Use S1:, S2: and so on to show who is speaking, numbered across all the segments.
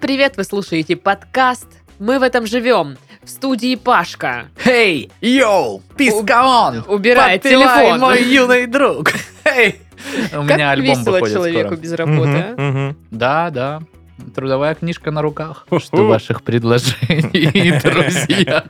S1: привет! Вы слушаете подкаст «Мы в этом живем» в студии Пашка.
S2: Эй, йоу,
S1: У-
S2: пискаон!
S1: Убирает телефон.
S2: мой юный друг! Эй! У
S1: Как
S2: меня альбом
S1: весело
S2: выходит
S1: человеку
S2: скоро.
S1: без работы, а?
S3: Мгм,
S2: Да, да. Трудовая книжка на руках. Что
S3: Уху.
S2: ваших предложений, друзья.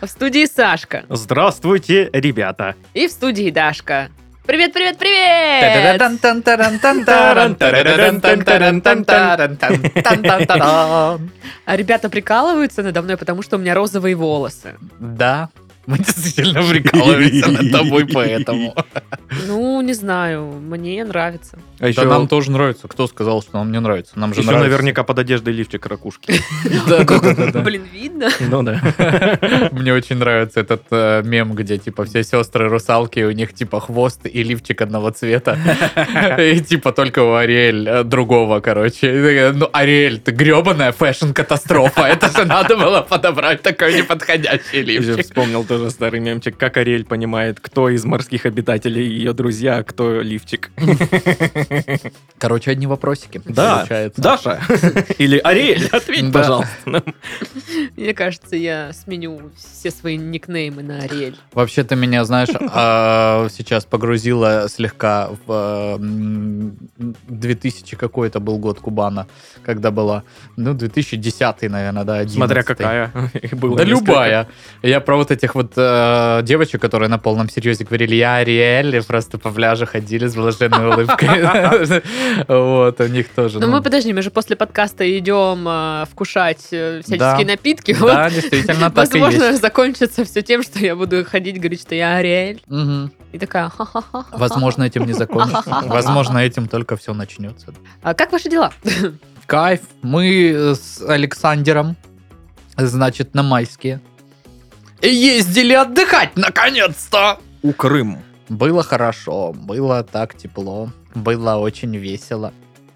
S1: В студии Сашка
S3: мгм. Здравствуйте, ребята.
S1: и в студии Дашка. Привет, привет, привет!
S2: Та-да-дан-тан-таран-тан-таран, та-да-дан-тан-таран-тан-таран-тан-таран.
S1: А ребята прикалываются надо мной, потому что у меня розовые волосы.
S2: Да, мы действительно прикалываемся над тобой поэтому.
S1: Ну, не знаю, мне нравится.
S3: А еще,
S2: Да нам тоже нравится. Кто сказал, что нам не нравится? Нам же
S3: еще
S2: нравится.
S3: наверняка под одеждой лифчик ракушки.
S2: Да, да, да, да.
S1: Блин, видно?
S3: Ну да.
S2: Мне очень нравится этот э, мем, где типа все сестры русалки, у них типа хвост и лифчик одного цвета. И типа только у Ариэль э, другого, короче. И такая, Ну, Ариэль, ты гребаная фэшн-катастрофа. Это же надо было подобрать такой неподходящий
S3: Я
S2: лифчик.
S3: вспомнил тоже старый мемчик, как Ариэль понимает, кто из морских обитателей ее друзья, а кто лифчик.
S2: Короче, одни вопросики.
S3: Да,
S2: получается.
S3: Даша или Ариэль, ответь,
S2: Да.
S3: пожалуйста. нам.
S1: Мне кажется, я сменю все свои никнеймы на Ариэль.
S2: Вообще ты меня, знаешь, а, сейчас погрузила слегка в а, м, 2000 какой это был год Кубана, когда была, ну, 2010, наверное, да, 11.
S3: Смотря какая. Их было
S2: Да
S3: несколько.
S2: любая. Я про вот этих вот э, девочек, которые на полном серьезе говорили, я Ариэль, и просто по пляжу ходили с блаженной улыбкой. Вот, у них тоже.
S1: Но
S2: ну,
S1: мы, подожди, мы же после подкаста идем э, вкушать э, всяческие
S2: Да.
S1: напитки. Вот,
S2: Да, действительно, так и
S1: А Возможно,
S2: есть.
S1: закончится все тем, что я буду ходить, говорить, что я Ариэль.
S2: Мгм.
S1: И такая, ха-ха-ха.
S2: Возможно, этим не закончится. Возможно, этим только все начнется.
S1: А как ваши дела?
S2: Кайф. Мы э, с Александром, значит, на майске. Ездили отдыхать, наконец-то!
S3: У Крым.
S2: Было хорошо, было так тепло, было очень весело.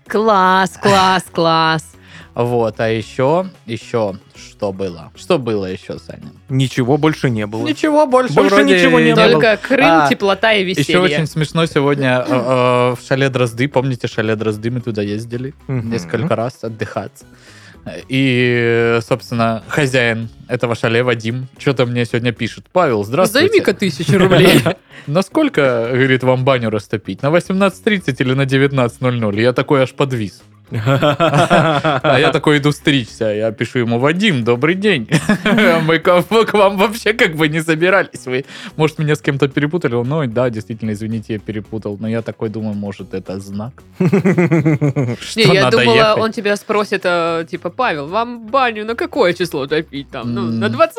S1: Класс, класс, класс.
S2: Вот, а еще, еще что было? Что было еще, Саня?
S3: Ничего больше не было.
S2: Ничего больше.
S3: Больше
S2: вроде
S3: ничего не было.
S1: Только Крым,
S2: А,
S1: теплота и
S2: Еще очень
S1: веселье.
S2: смешно сегодня э, э, в шале Дрозды, помните шале Дрозды, мы туда ездили
S3: Мгм.
S2: несколько раз отдыхать. И, собственно, хозяин этого шале, Вадим, что-то мне сегодня пишет. Павел, здравствуйте.
S1: Займи-ка тысячу рублей.
S2: Насколько, говорит, вам баню растопить? На 18.30 или на 19.00? Я такой аж подвис. А я такой иду стричься. а Я пишу ему, Вадим, добрый день. Мы к к вам вообще как бы не собирались. Вы, может, меня с кем-то перепутали? Он, ну, да, действительно, извините, я перепутал. Но я такой думаю, может, это знак? Что
S1: Не, я
S2: надо
S1: думала,
S2: ехать?
S1: он тебя спросит, э, типа, Павел, вам баню на какое число топить там? Ну,
S2: М.
S1: на 20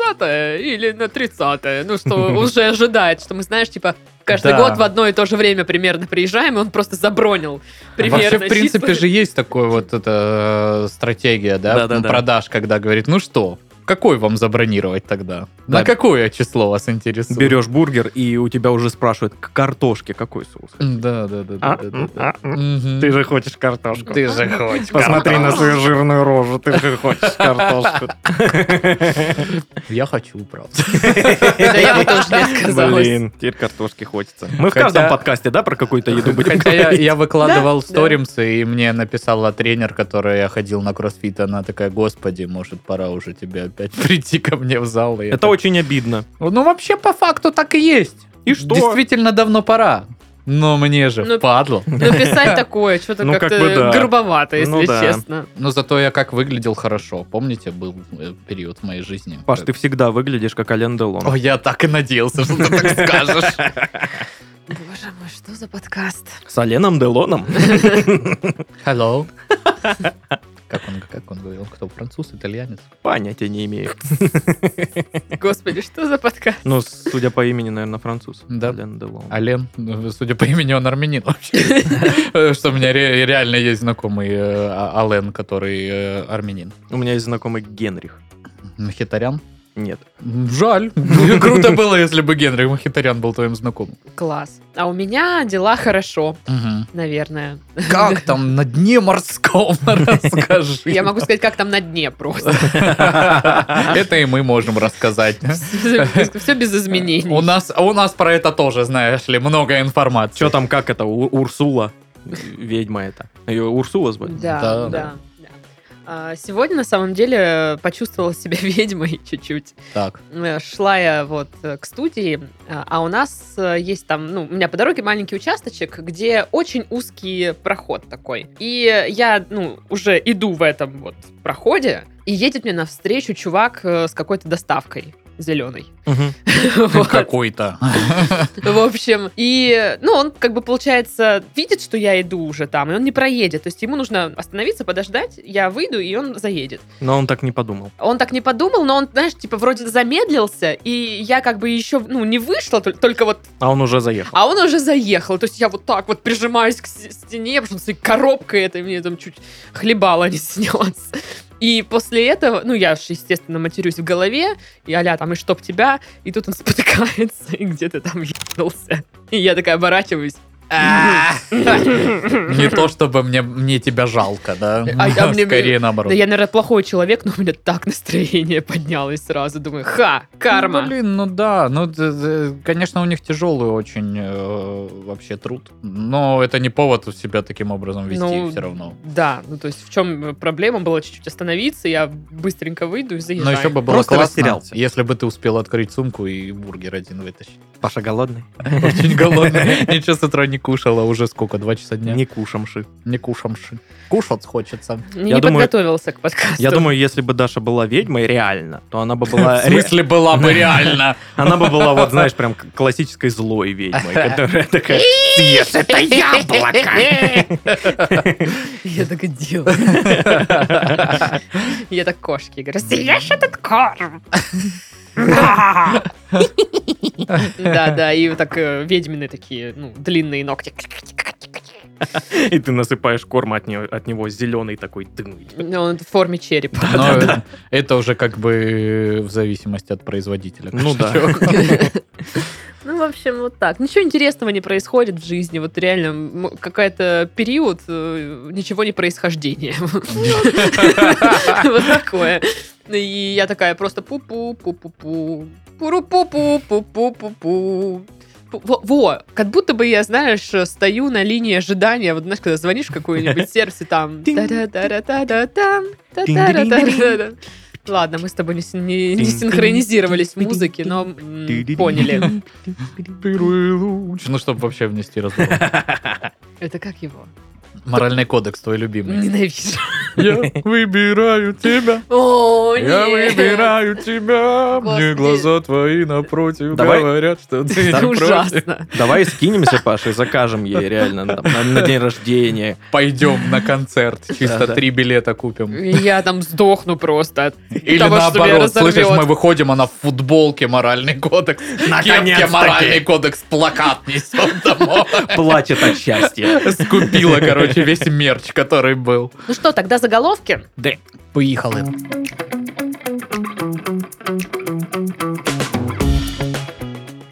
S1: или на 30 Ну, что уже ожидает, что мы, знаешь, типа, каждый
S2: Да.
S1: год в одно и то же время примерно приезжаем, и он просто забронил примерно
S2: А Вообще, в принципе,
S1: числа.
S2: же есть такая вот эта э, стратегия, да,
S3: Да-да-да.
S2: ну, продаж, когда говорит, ну что, какой вам забронировать тогда?
S3: Да.
S2: На какое число вас интересует?
S3: Берешь бургер, и у тебя уже спрашивают, к картошке какой соус?
S2: Да, да, да,
S3: А,
S2: да, да, да. Мгм.
S3: же хочешь картошку.
S2: Ты же хочешь.
S3: свою жирную рожу, ты же хочешь картошку.
S2: Я хочу, правда.
S1: Да я бы тоже не сказала.
S3: Блин, теперь картошки хочется. Мы в
S2: Хотя-
S3: каждом подкасте, да, про какую-то еду будем
S2: Хотя я,
S3: говорить?
S2: я выкладывал
S1: Да,
S2: сторимсы, и мне написала тренер, которая я ходил на кроссфит, она такая, господи, может, пора уже тебе опять прийти ко мне в зал. И я
S3: Это
S2: так,
S3: очень обидно.
S2: Ну, вообще, по факту так и есть.
S3: И что?
S2: Действительно давно пора. Но мне же
S1: Ну,
S2: падло.
S1: Ну, писать такое, что-то
S3: Ну, как бы
S1: как-то
S3: да.
S1: грубовато, если
S3: Ну, да.
S1: честно.
S2: Но зато я как выглядел хорошо. Помните, был э, период в моей жизни?
S3: Паш, ты всегда выглядишь как Ален Делон.
S2: О, я так и надеялся, что ты так скажешь.
S1: Боже мой, что за подкаст?
S3: С Аленом Делоном?
S2: Hello. Как он, как он говорил? Кто, француз, итальянец?
S3: Понятия не имею.
S1: Господи, что за подкаст?
S3: Ну, судя по имени, наверное, француз.
S2: Да.
S3: Ален Делон.
S2: Ален, ну, судя по имени, он армянин вообще. Потому Что у меня ре- реально есть знакомый э, А- Ален, который э, армянин.
S3: У меня есть знакомый Генрих.
S2: Махитарян?
S3: Нет.
S2: Жаль. Круто было, если бы Генри Махитарян был твоим знакомым.
S1: Класс. А у меня дела хорошо, наверное.
S2: Как там на дне морском? Расскажи.
S1: Я могу сказать, как там на дне просто.
S2: Это и мы можем рассказать.
S1: Все без изменений.
S2: У нас, у нас про это тоже, знаешь ли, много информации.
S3: Че там, как это, У- Урсула? Ведьма это. Ее Урсула звали?
S1: Да,
S2: Да.
S1: да. да. А, Сегодня, на самом деле, почувствовала себя ведьмой чуть-чуть.
S2: Так.
S1: Э, Шла я вот э, к студии, а а у нас э, есть там, ну, у меня по дороге маленький участочек, где очень узкий проход такой. И я, ну, уже иду в этом вот проходе, и едет мне навстречу чувак э, с какой-то доставкой зеленой.
S2: Какой-то.
S1: В общем, и, ну, он как бы, получается, видит, что я иду уже там, и он не проедет. То есть ему нужно остановиться, подождать, я выйду, и он заедет.
S3: Но он так не подумал.
S1: Он так не подумал, но он, знаешь, типа, вроде замедлился, и я как бы еще, ну, не вышла, тол- только вот...
S3: А он уже заехал.
S1: А он уже заехал, то есть я вот так вот прижимаюсь к с- стене, потому что с этой коробкой этой мне там чуть хлебало не снес. И после этого, ну, я же, естественно, матерюсь в голове, и аля там, и чтоб тебя, и тут он спотыкается, и где-то там ебнулся. И я такая оборачиваюсь. А,
S2: Не то чтобы мне, мне тебя жалко, да?
S1: А я- мне-
S2: Скорее
S1: Да
S2: наоборот.
S1: я, наверное, плохой человек, но у меня так настроение поднялось сразу. Думаю, ха, карма.
S2: Ну, блин, ну да. Ну, д- д- конечно, у них тяжелый очень э, вообще труд. Но это не повод себя таким образом вести
S1: Ну,
S2: все равно.
S1: Да, ну то есть в чем проблема была чуть-чуть остановиться, я быстренько выйду и заезжаю.
S2: Но еще бы было
S3: Просто
S2: классно,
S3: растерялся.
S2: если бы ты успел открыть сумку и бургер один вытащить.
S3: Паша голодный?
S2: Очень голодный. Ничего с утра не кушала, уже сколько, два часа дня?
S3: Не кушамши.
S2: Не кушамши. Кушать хочется.
S1: Не,
S3: Я
S1: не
S3: думаю-
S1: подготовился к подкасту.
S3: Я думаю, если бы Даша была ведьмой реально, то она бы
S2: В
S3: была... Э, ре-
S2: смысле, была бы реально.
S3: Она бы была, вот знаешь, прям к- классической злой ведьмой, которая такая, съешь это яблоко!
S1: Я так и делаю. Я так кошки говорю, съешь этот корм. Да, да, и вот так э, ведьмины такие, ну, длинные ногти.
S3: И ты насыпаешь корм от нее- от него зеленый такой дым.
S1: Ну, он в форме черепа.
S2: Но это уже как бы в зависимости от производителя.
S3: Ну да.
S1: Ну, в общем, вот так. Ничего интересного не происходит в жизни. Вот реально м- какая-то период э, ничего не происхождения. Вот такое. И я такая просто пу-пу, пу-пу-пу, пуру-пу-пу, пу-пу-пу-пу. Пу- Во, во, как будто бы я, знаешь, стою на линии ожидания. Вот знаешь, когда звонишь в какой-нибудь сервис и там...
S3: Тинь.
S1: та-да-да-да-да-дам,
S3: Тинь-динь-динь.
S1: та-да-да-да-да. Ладно, мы с тобой не син- не не
S3: Тинь-тинь.
S1: синхронизировались в музыке, но м, поняли.
S2: Ну, чтобы вообще внести разбор.
S1: Это как его?
S2: Моральный кодекс твой любимый.
S1: Ненавижу.
S2: Я выбираю тебя.
S1: О,
S2: Я
S1: нет.
S2: выбираю тебя.
S1: Господи.
S2: Мне глаза твои напротив
S3: Давай.
S2: говорят, что ты
S1: Это
S2: не против.
S1: ужасно.
S3: Давай скинемся, Паша, и закажем ей реально там, на, на день рождения.
S2: Пойдем на концерт. Чисто
S3: Да-да.
S2: три билета купим.
S1: Я там сдохну просто от
S2: Или
S1: того, что меня
S2: наоборот, слышишь,
S1: разорвет.
S2: мы выходим, она в футболке моральный кодекс. Кепке
S3: Наконец-таки.
S2: моральный кодекс плакат несет домой.
S3: Плачет от счастья.
S2: Скупила, короче, весь мерч, который был.
S1: Ну что, тогда заголовки?
S3: Да.
S2: Поехали.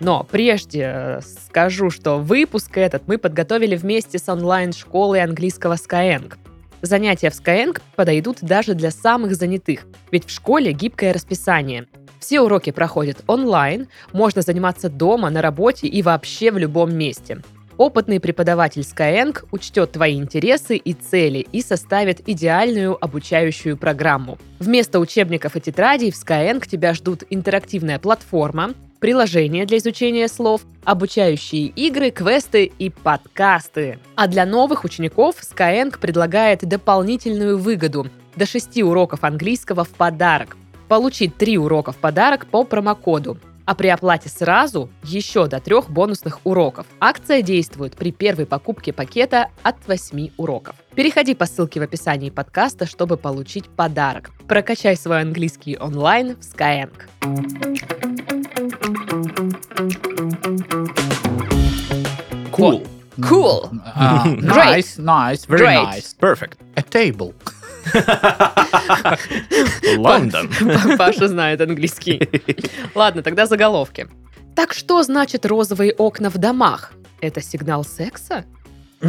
S1: Но прежде э, скажу, что выпуск этот мы подготовили вместе с онлайн-школой английского Skyeng. Занятия в Skyeng подойдут даже для самых занятых, ведь в школе гибкое расписание. Все уроки проходят онлайн, можно заниматься дома, на работе и вообще в любом месте. Опытный преподаватель Skyeng учтет твои интересы и цели и составит идеальную обучающую программу. Вместо учебников и тетрадей в Skyeng тебя ждут интерактивная платформа, приложения для изучения слов, обучающие игры, квесты и подкасты. А для новых учеников Skyeng предлагает дополнительную выгоду – до 6 уроков английского в подарок. Получи 3 урока в подарок по промокоду. А при оплате сразу еще до трех бонусных уроков. Акция действует при первой покупке пакета от 8 уроков. Переходи по ссылке в описании подкаста, чтобы получить подарок. Прокачай свой английский онлайн в Skyeng.
S2: Cool.
S1: Cool.
S2: А,
S1: Great.
S2: Nice, nice, very
S1: Great.
S2: nice.
S3: Perfect.
S2: A table.
S3: Лондон.
S1: Па- Паша знает английский. Ладно, тогда заголовки. Так что значит розовые окна в домах? Это сигнал секса?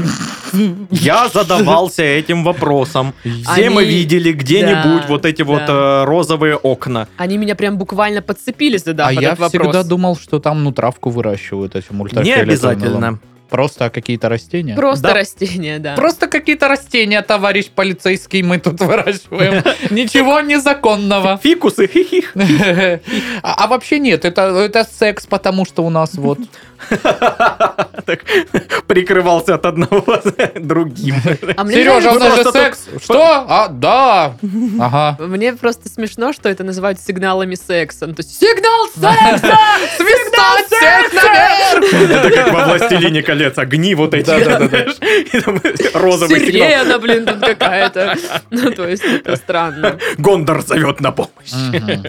S3: Я задавался этим вопросом. Все мы
S1: Они-
S3: видели где-нибудь
S1: Да,
S3: вот эти вот
S1: да.
S3: э, розовые окна.
S1: Они меня прям буквально подцепили сюда
S2: а
S1: под
S2: я
S1: этот вопрос.
S2: всегда думал, что там ну травку выращивают эти
S3: Не
S2: мультфильмы.
S3: обязательно.
S2: Просто какие-то растения?
S1: Просто
S2: Да,
S1: растения, да.
S2: Просто какие-то растения, товарищ полицейский, мы тут выращиваем. Ничего незаконного.
S3: Фикусы, хи-хи.
S2: А, а вообще нет, это, это секс, потому что у нас вот...
S3: Так, прикрывался от одного другим.
S1: А мне
S2: Сережа, у
S1: нравится-
S2: нас же
S3: Просто
S2: секс. Что? А, да. Ага.
S1: Мне просто смешно, что это называют сигналами секса. Ну, то есть сигнал секса!
S2: Свистать всех наверх!
S3: Это как во «Властелине колец» огни вот эти.
S2: Да-да-да-да.
S3: знаешь, и там Розовый сигнал.
S1: Сирена, блин, тут какая-то. Ну, то есть это странно.
S3: Гондор зовет на помощь.
S2: Мгм.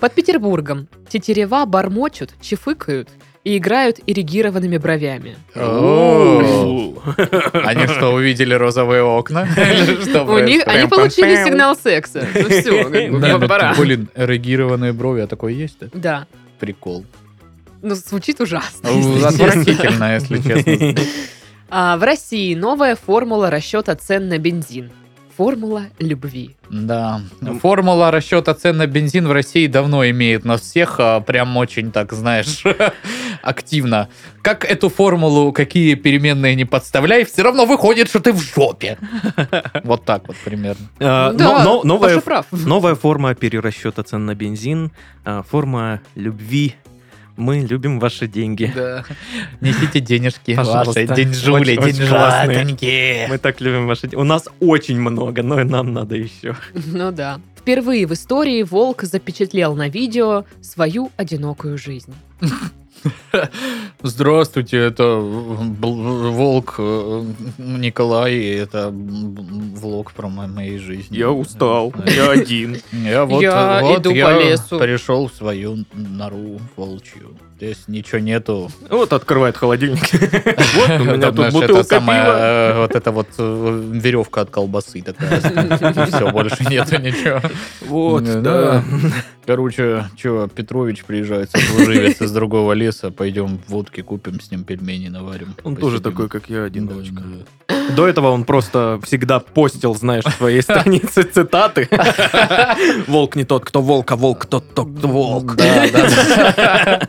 S1: Под Петербургом тетерева бормочут, чифыкают и играют ирригированными бровями.
S2: О.
S3: Фу.
S2: Они что, увидели розовые окна? Или что
S1: У них,
S2: происходит?
S1: они получили
S3: пам-пам.
S1: сигнал секса. Ну все, как бы,
S2: Не, ну ты,
S1: пора.
S2: Блин, эрегированные брови, а такое есть? да?
S1: Да.
S2: Прикол.
S1: Ну, звучит ужасно.
S3: Ну,
S1: если честно.
S2: Отвратительно, если честно.
S1: А, в России новая формула расчета цен на бензин. Формула любви.
S2: Да.
S3: Ну.
S2: Формула расчета цен на бензин в России давно имеет нас всех, а, прям очень, так знаешь, активно. Как эту формулу, какие переменные не подставляй, все равно выходит, что ты в жопе. Вот так вот примерно.
S3: А,
S1: Ну Да,
S3: но- но-
S1: Паша
S3: Новая
S1: прав.
S3: новая форма перерасчета цен на бензин, а, форма любви. Мы любим ваши деньги.
S2: Да. Несите денежки.
S3: Пожалуйста.
S2: Ваши деньжули,
S3: Очень- очень
S2: деньжатоньки.
S3: Мы так любим ваши деньги. У нас очень много, но и нам надо еще.
S1: Ну да. Впервые в истории волк запечатлел на видео свою одинокую жизнь.
S2: Здравствуйте, это бл- Волк э, Николай, и это м, влог про мо- моей жизни.
S3: один.
S2: Я вот,
S1: Я
S2: вот
S1: иду
S2: я
S1: по лесу.
S2: пришел в свою нору волчью. Здесь ничего нету.
S3: Вот открывает холодильник. Вот у меня
S2: Там,
S3: тут
S2: знаешь, это
S3: бутылка
S2: самая,
S3: пива.
S2: э, Вот это вот э, веревка от колбасы такая. Все, больше нету ничего.
S3: Вот,
S2: Не,
S3: да.
S2: Короче, чё, Петрович приезжает, сослуживец из другого леса, пойдем водки купим, с ним пельмени наварим.
S3: Он тоже
S2: посидим.
S3: такой, как я, один,
S2: Да,
S3: дочка.
S2: да.
S3: До этого он просто всегда постил, знаешь, в своей странице цитаты. Волк не тот, кто волк, а волк тот, кто волк.
S2: Да, да, да.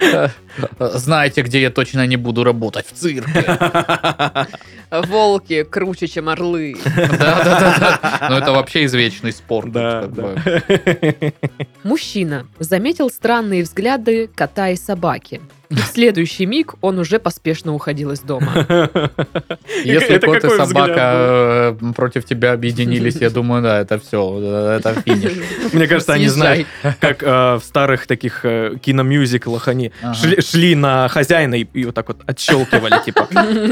S2: Э, Знаете, где я точно не буду работать? В цирке.
S1: Волки круче, чем орлы.
S2: Да, да, да. Ну, это вообще извечный спор.
S3: Да,
S2: Тут как бы.
S3: да.
S1: Мужчина заметил странные взгляды кота и собаки. И в следующий миг он уже поспешно уходил из дома.
S2: Если
S3: Это
S2: кот и
S3: какой
S2: собака э, против тебя объединились, я думаю, да, это все, это финиш.
S3: Мне кажется, они знают,
S1: Съезжай.
S3: как э, в старых таких э, киномюзиклах они
S2: Ага.
S3: шли, шли на хозяина и, и вот так вот отщелкивали, типа,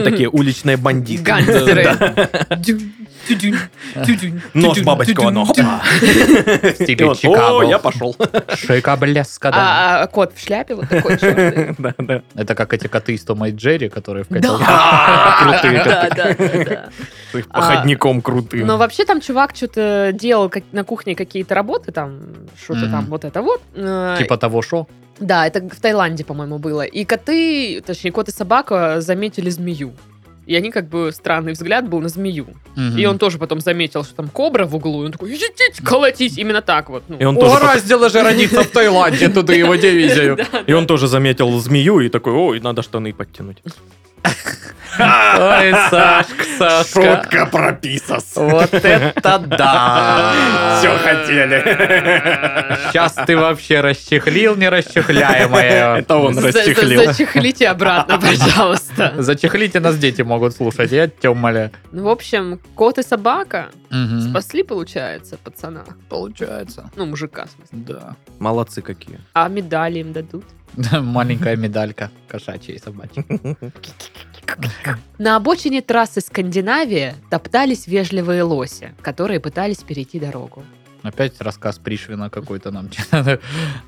S3: такие уличные бандиты.
S1: Гангстеры.
S3: Да. Нож бабочкова, но опа. И
S2: Стиле
S3: он, О, я
S2: Чикаго.
S3: пошел.
S2: Шика бляска, да.
S1: А а кот в шляпе вот такой черный.
S3: Да, да.
S2: Это как эти коты из Тома и Джерри, которые в котелке. А,
S1: Да,
S3: А, Крутые
S1: да, да, да, А, ну, да.
S3: С их Походником крутым.
S1: Но вообще там чувак что-то делал как- на кухне какие-то работы, там что-то
S2: Мгм.
S1: там вот это вот. Э,
S2: Типа того шо.
S1: Да, это в Таиланде, по-моему, было. И коты, точнее, кот и собака заметили змею. И они как бы странный взгляд был на змею. И он тоже потом заметил, что там кобра в углу. И он такой, идите, колотись, именно так вот. Ну,
S3: И он тоже
S2: раздела же родиться в Таиланде, туда его дивизию.
S3: И он тоже заметил змею и такой, ой, надо штаны подтянуть.
S2: Ой, Сашка, Сашка.
S3: про писас.
S2: Вот это да!
S1: А.
S3: Всё хотели.
S2: Сейчас ты вообще расчехлил нерасчехляемое.
S3: Это он
S1: За- за-
S3: расчехлил.
S1: Зачехлите обратно, пожалуйста.
S2: Зачехлите нас дети могут слушать, я тебя умоляю.
S1: Ну, в общем, кот и собака
S2: Мгм.
S1: спасли, получается, пацана.
S2: Получается.
S1: Ну, мужика, в смысле.
S2: Да.
S3: Молодцы какие.
S1: А медали им дадут.
S2: Маленькая медалька кошачья и собачья.
S1: На обочине трассы Скандинавия топтались вежливые лоси, которые пытались перейти дорогу.
S2: Опять рассказ Пришвина какой-то нам. читали.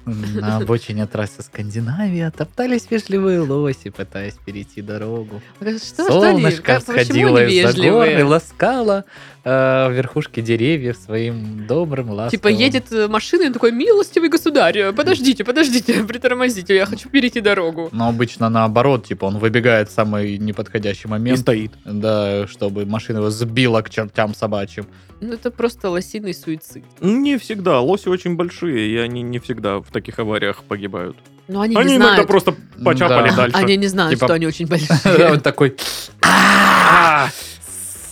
S2: На обочине трассы Скандинавия топтались вежливые лоси, пытаясь перейти дорогу.
S1: Э, Что, что они?
S2: Солнышко
S1: Как- почему
S2: сходило
S1: они
S2: из-за гор и
S1: вежливые?
S2: ласкало э, верхушки деревьев своим добрым ласковым.
S1: Типа едет э, машина, и он такой, милостивый государь, э, подождите, подождите, притормозите, я хочу перейти дорогу.
S2: Но обычно наоборот, типа он выбегает в самый неподходящий
S3: И
S2: момент,
S3: стоит.
S2: да, чтобы машина его сбила к чертям собачьим.
S1: Ну, это просто лосиный суицид.
S3: Не всегда. Лоси очень большие, и они не всегда в таких авариях погибают.
S1: Но они,
S3: Они
S1: не
S3: иногда
S1: знают. А,
S3: просто почапали
S2: Да.
S3: дальше.
S1: Они не знают,
S2: Типа-
S1: что они очень
S2: Да,
S1: большие.
S2: Он такой... «А-а-а».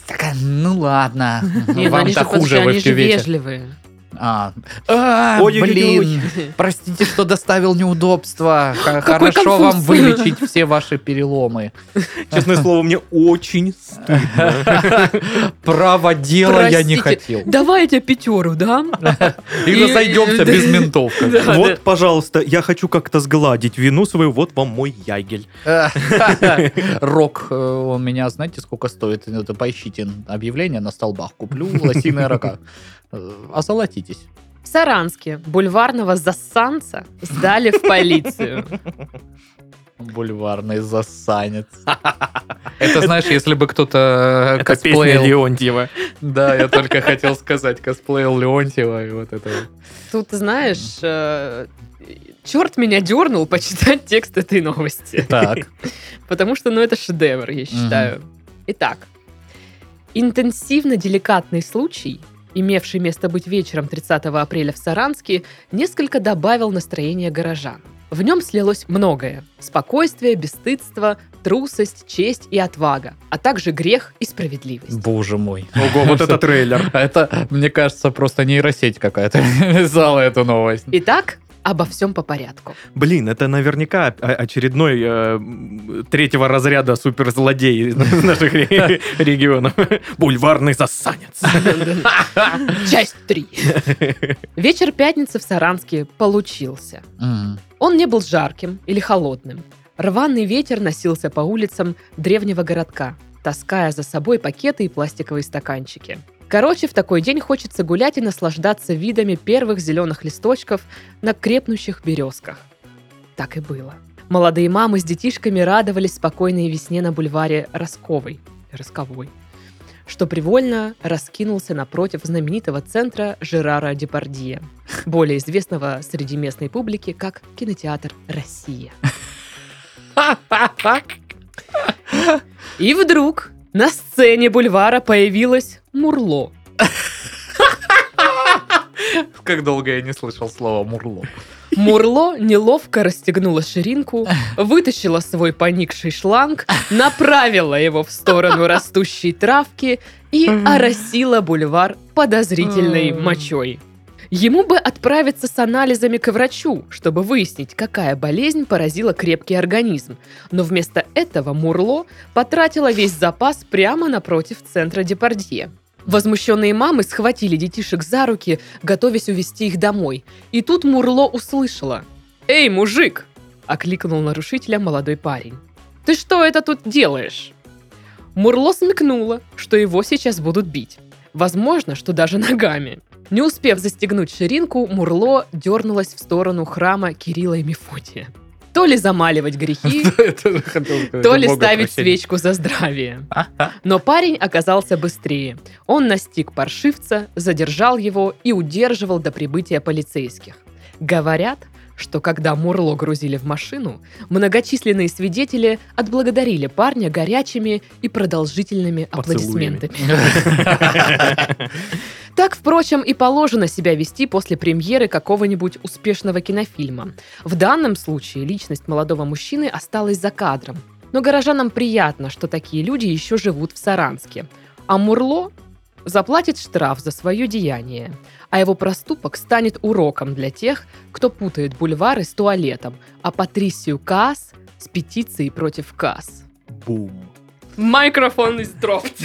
S2: Такая, ну ладно,
S1: Не, ну они же
S2: вам-то хуже,
S1: потому что
S2: вы
S1: они же
S2: все вечер.
S1: вежливые.
S2: А, А,
S3: Ой-ой-ой-ой.
S2: блин, простите, что доставил неудобства. Х-
S1: Какой
S2: Хорошо вам
S1: конфуз.
S2: вылечить все ваши переломы.
S3: Честное слово, мне очень стыдно.
S2: Право дела я не
S1: Простите.
S2: хотел.
S1: Давай я тебе пятеру дам.
S2: И
S1: да.
S2: разойдемся без ментов. как бы.
S1: Да,
S3: Вот, пожалуйста, я хочу как-то сгладить вину свою, вот вам мой ягель.
S2: Рок, э, он меня, знаете, сколько стоит? Это поищите объявление на столбах. Куплю лосиная рока. Э, Озолотитесь.
S1: В Саранске бульварного засанца сдали в полицию.
S2: Бульварный засанец. Это, знаешь, если бы кто-то э,
S3: Это песня
S2: косплеил...
S3: Леонтьева.
S2: Да, я только хотел сказать, косплеил Леонтьева и вот это. вот.
S1: Тут, знаешь, э, черт меня дернул почитать текст этой новости.
S2: Так.
S1: Потому что, ну, это шедевр, я считаю. Итак, интенсивно деликатный случай, имевший место быть вечером 30 апреля в Саранске, несколько добавил настроение горожан. В нем слилось многое. Спокойствие, бесстыдство, трусость, честь и отвага, а также грех и справедливость.
S2: Боже мой.
S3: Ого, вот это трейлер.
S2: Это, мне кажется, просто нейросеть какая-то вязала эту новость.
S1: Итак, обо всем по порядку.
S3: Блин, это наверняка о- очередной э, м, третьего разряда суперзлодей из наших ре- регионов. Бульварный засанец.
S1: Часть 3. Вечер пятницы в Саранске получился.
S2: М.
S1: Он не был жарким или холодным. Рваный ветер носился по улицам древнего городка, таская за собой пакеты и пластиковые стаканчики. Короче, в такой день хочется гулять и наслаждаться видами первых зеленых листочков на крепнущих березках. Так и было. Молодые мамы с детишками радовались спокойной весне на бульваре Росковой, Росковой, что привольно раскинулся напротив знаменитого центра Жерара Депардье более известного среди местной публики как кинотеатр «Россия». И вдруг на сцене бульвара появилась Мурло.
S2: Как долго я не слышал слова «мурло».
S1: Мурло неловко расстегнула ширинку, вытащила свой поникший шланг, направила его в сторону растущей травки и оросила бульвар подозрительной мочой. Ему бы отправиться с анализами к врачу, чтобы выяснить, какая болезнь поразила крепкий организм. Но вместо этого Мурло потратила весь запас прямо напротив центра Депардье. Возмущенные мамы схватили детишек за руки, готовясь увести их домой. И тут Мурло услышала. «Эй, мужик!» – окликнул нарушителя молодой парень. «Ты что это тут делаешь?» Мурло смекнула, что его сейчас будут бить. Возможно, что даже ногами. Не успев застегнуть ширинку, Мурло дернулась в сторону храма Кирилла и Мефодия. То ли замаливать грехи, то ли ставить свечку за здравие.
S2: А?
S1: Но парень оказался быстрее. Он настиг паршивца, задержал его и удерживал до прибытия полицейских. Говорят, что когда Мурло грузили в машину, многочисленные свидетели отблагодарили парня горячими и продолжительными
S3: Поцелуями.
S1: аплодисментами. Так, впрочем, и положено себя вести после премьеры какого-нибудь успешного кинофильма. В данном случае личность молодого мужчины осталась за кадром. Но горожанам приятно, что такие люди еще живут в Саранске. А Мурло заплатит штраф за свое деяние. А его проступок станет уроком для тех, кто путает бульвары с туалетом, а Патрисию Каас с петицией против Каас.
S3: Бум.
S1: Микрофон из dropped.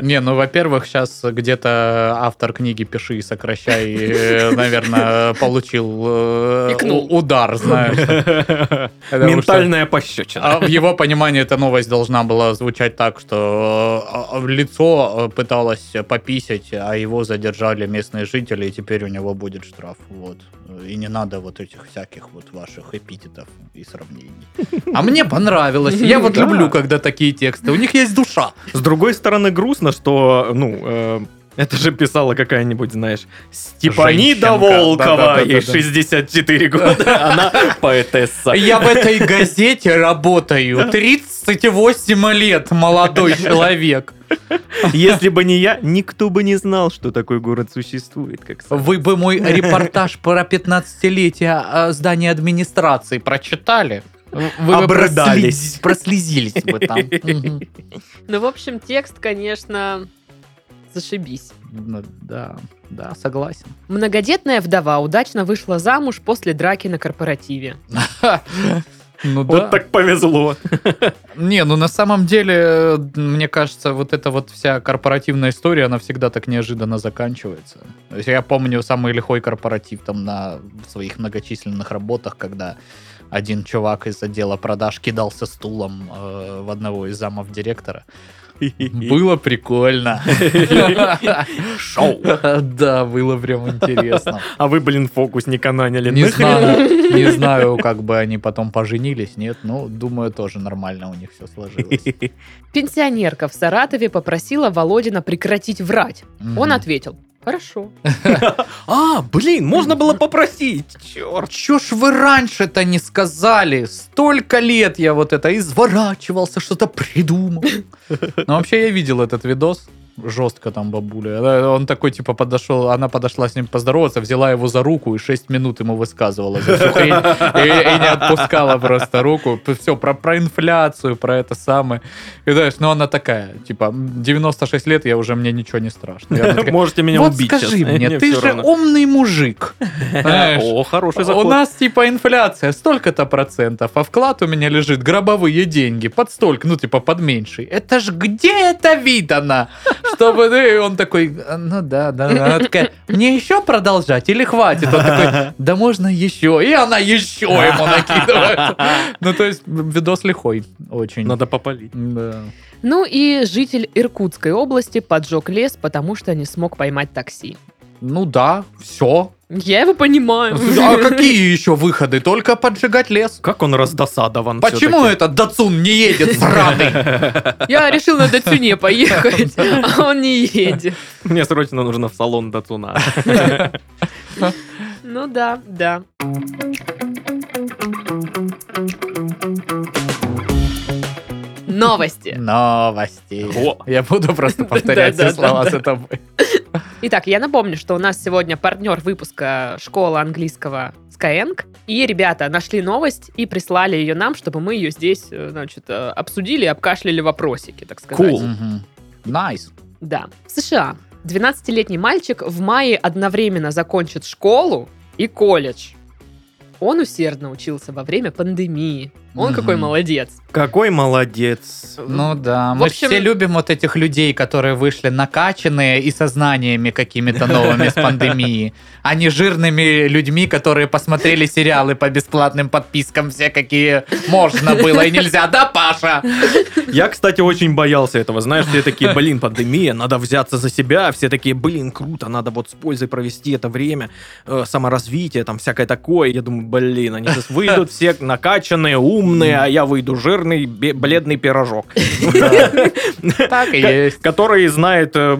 S2: Не, ну, во-первых, сейчас где-то автор книги «Пиши и сокращай», э, наверное, получил э,
S1: Икнул.
S2: у- удар, знаешь. потому
S3: Ментальная
S2: что,
S3: пощечина.
S2: а, В его понимании эта новость должна была звучать так, что э, а, в лицо э, пыталось пописать, а его задержали местные жители, и теперь у него будет штраф. Вот. И не надо вот этих всяких вот ваших эпитетов и сравнений. А мне понравилось. Я вот
S3: Да.
S2: люблю, когда такие тексты. У них есть душа.
S3: С другой стороны, грустно, что, ну, э, Это же писала какая-нибудь, знаешь, Степанида
S2: Женщенка.
S3: Волкова,
S2: Да-да-да-да-да.
S3: ей 64 года, она поэтесса.
S2: Я в этой газете работаю. 38 лет, молодой человек.
S3: Если бы не я, никто бы не знал, что такой город существует. Как сказать.
S2: Вы бы мой репортаж про 15-летие э, здания администрации прочитали. Вы бы
S3: Обрыдались.
S2: прослез- прослезились бы там. Мгм.
S1: Ну, в общем, текст, конечно, зашибись.
S2: Ну, Да, да, согласен.
S1: Многодетная вдова удачно вышла замуж после драки на корпоративе.
S2: Ну да.
S3: Вот так повезло.
S2: Не, ну на самом деле, э, мне кажется, вот эта вот вся корпоративная история, она всегда так неожиданно заканчивается. То есть я помню самый лихой корпоратив там на своих многочисленных работах, когда один чувак из отдела продаж кидался стулом э, в одного из замов директора. Было прикольно.
S3: Шоу.
S2: Да, было прям интересно.
S3: А вы, блин, фокусника наняли.
S2: Не
S3: Нахрена?
S2: знаю, не знаю, как бы они потом поженились, нет, но думаю, тоже нормально у них все сложилось.
S1: Пенсионерка в Саратове попросила Володина прекратить врать. Он
S2: Мгм.
S1: ответил, хорошо.
S3: А, блин, можно было попросить. Черт.
S2: Чё ж вы раньше-то не сказали? Столько лет я вот это изворачивался, что-то придумал. Но вообще я видел этот видос. Жестко там бабуля. Она- Он такой, типа, подошел, она подошла с ним поздороваться, взяла его за руку и 6 минут ему высказывала за всю хрень. И, и не отпускала просто руку. Все про, про инфляцию, про это самое. И знаешь, ну она такая, типа, 96 лет, я уже, мне ничего не страшно. И она такая,
S3: Можете меня
S2: вот
S3: убить
S2: скажи
S3: сейчас.
S2: мне, ты
S3: всё
S2: же
S3: равно.
S2: умный мужик. Знаешь,
S3: О, хороший
S2: у
S3: заход.
S2: нас типа инфляция столько-то процентов, а вклад у меня лежит гробовые деньги под столько, ну типа под меньший. Это ж где это видано? Чтобы ну, и он такой, «А, ну да, да, да». Она такая, мне еще продолжать или хватит? Он такой, да можно еще. И она еще ему накидывает. Ну то есть видос лихой очень.
S3: Надо попалить.
S2: Да.
S1: Ну и житель Иркутской области поджег лес, потому что не смог поймать такси.
S2: Ну да, все.
S1: Я его понимаю.
S2: А какие еще выходы? Только поджигать лес.
S3: Как он раздосадован
S2: Почему
S3: всё-таки.
S2: этот Дацун не едет сраный?
S1: Я решил на Датюне поехать, а он не едет.
S3: Мне срочно нужно в салон Датуна.
S1: Ну да, да. Новости.
S2: Новости.
S3: О.
S2: Я буду просто повторять все
S1: Да-да-да-да.
S2: слова за тобой.
S1: Итак, я напомню, что у нас сегодня партнер выпуска школа английского Skyeng. И ребята нашли новость и прислали ее нам, чтобы мы ее здесь, э, значит, э, обсудили и обкашляли вопросики, так сказать.
S3: Cool.
S2: Мгм. Найс.
S1: Да. В США 12-летний мальчик в мае одновременно закончит школу и колледж. Он усердно учился во время пандемии. Он
S2: Мгм.
S1: какой молодец.
S3: Какой молодец.
S2: Ну да,
S1: В
S2: мы
S1: общем-
S2: все любим вот этих людей, которые вышли накачанные и сознаниями какими-то новыми с пандемии, а не жирными людьми, которые посмотрели сериалы по бесплатным подпискам все, какие можно было и нельзя. Да, Паша?
S3: Я, кстати, очень боялся этого. Знаешь, все такие, блин, пандемия, надо взяться за себя. Все такие, блин, круто, надо вот с пользой провести это время. э, саморазвитие, там всякое такое. Я думаю, блин, они сейчас выйдут все накачанные, умные, а я выйду жирный, бе- бледный пирожок.
S2: Так и есть.
S3: Который знает э,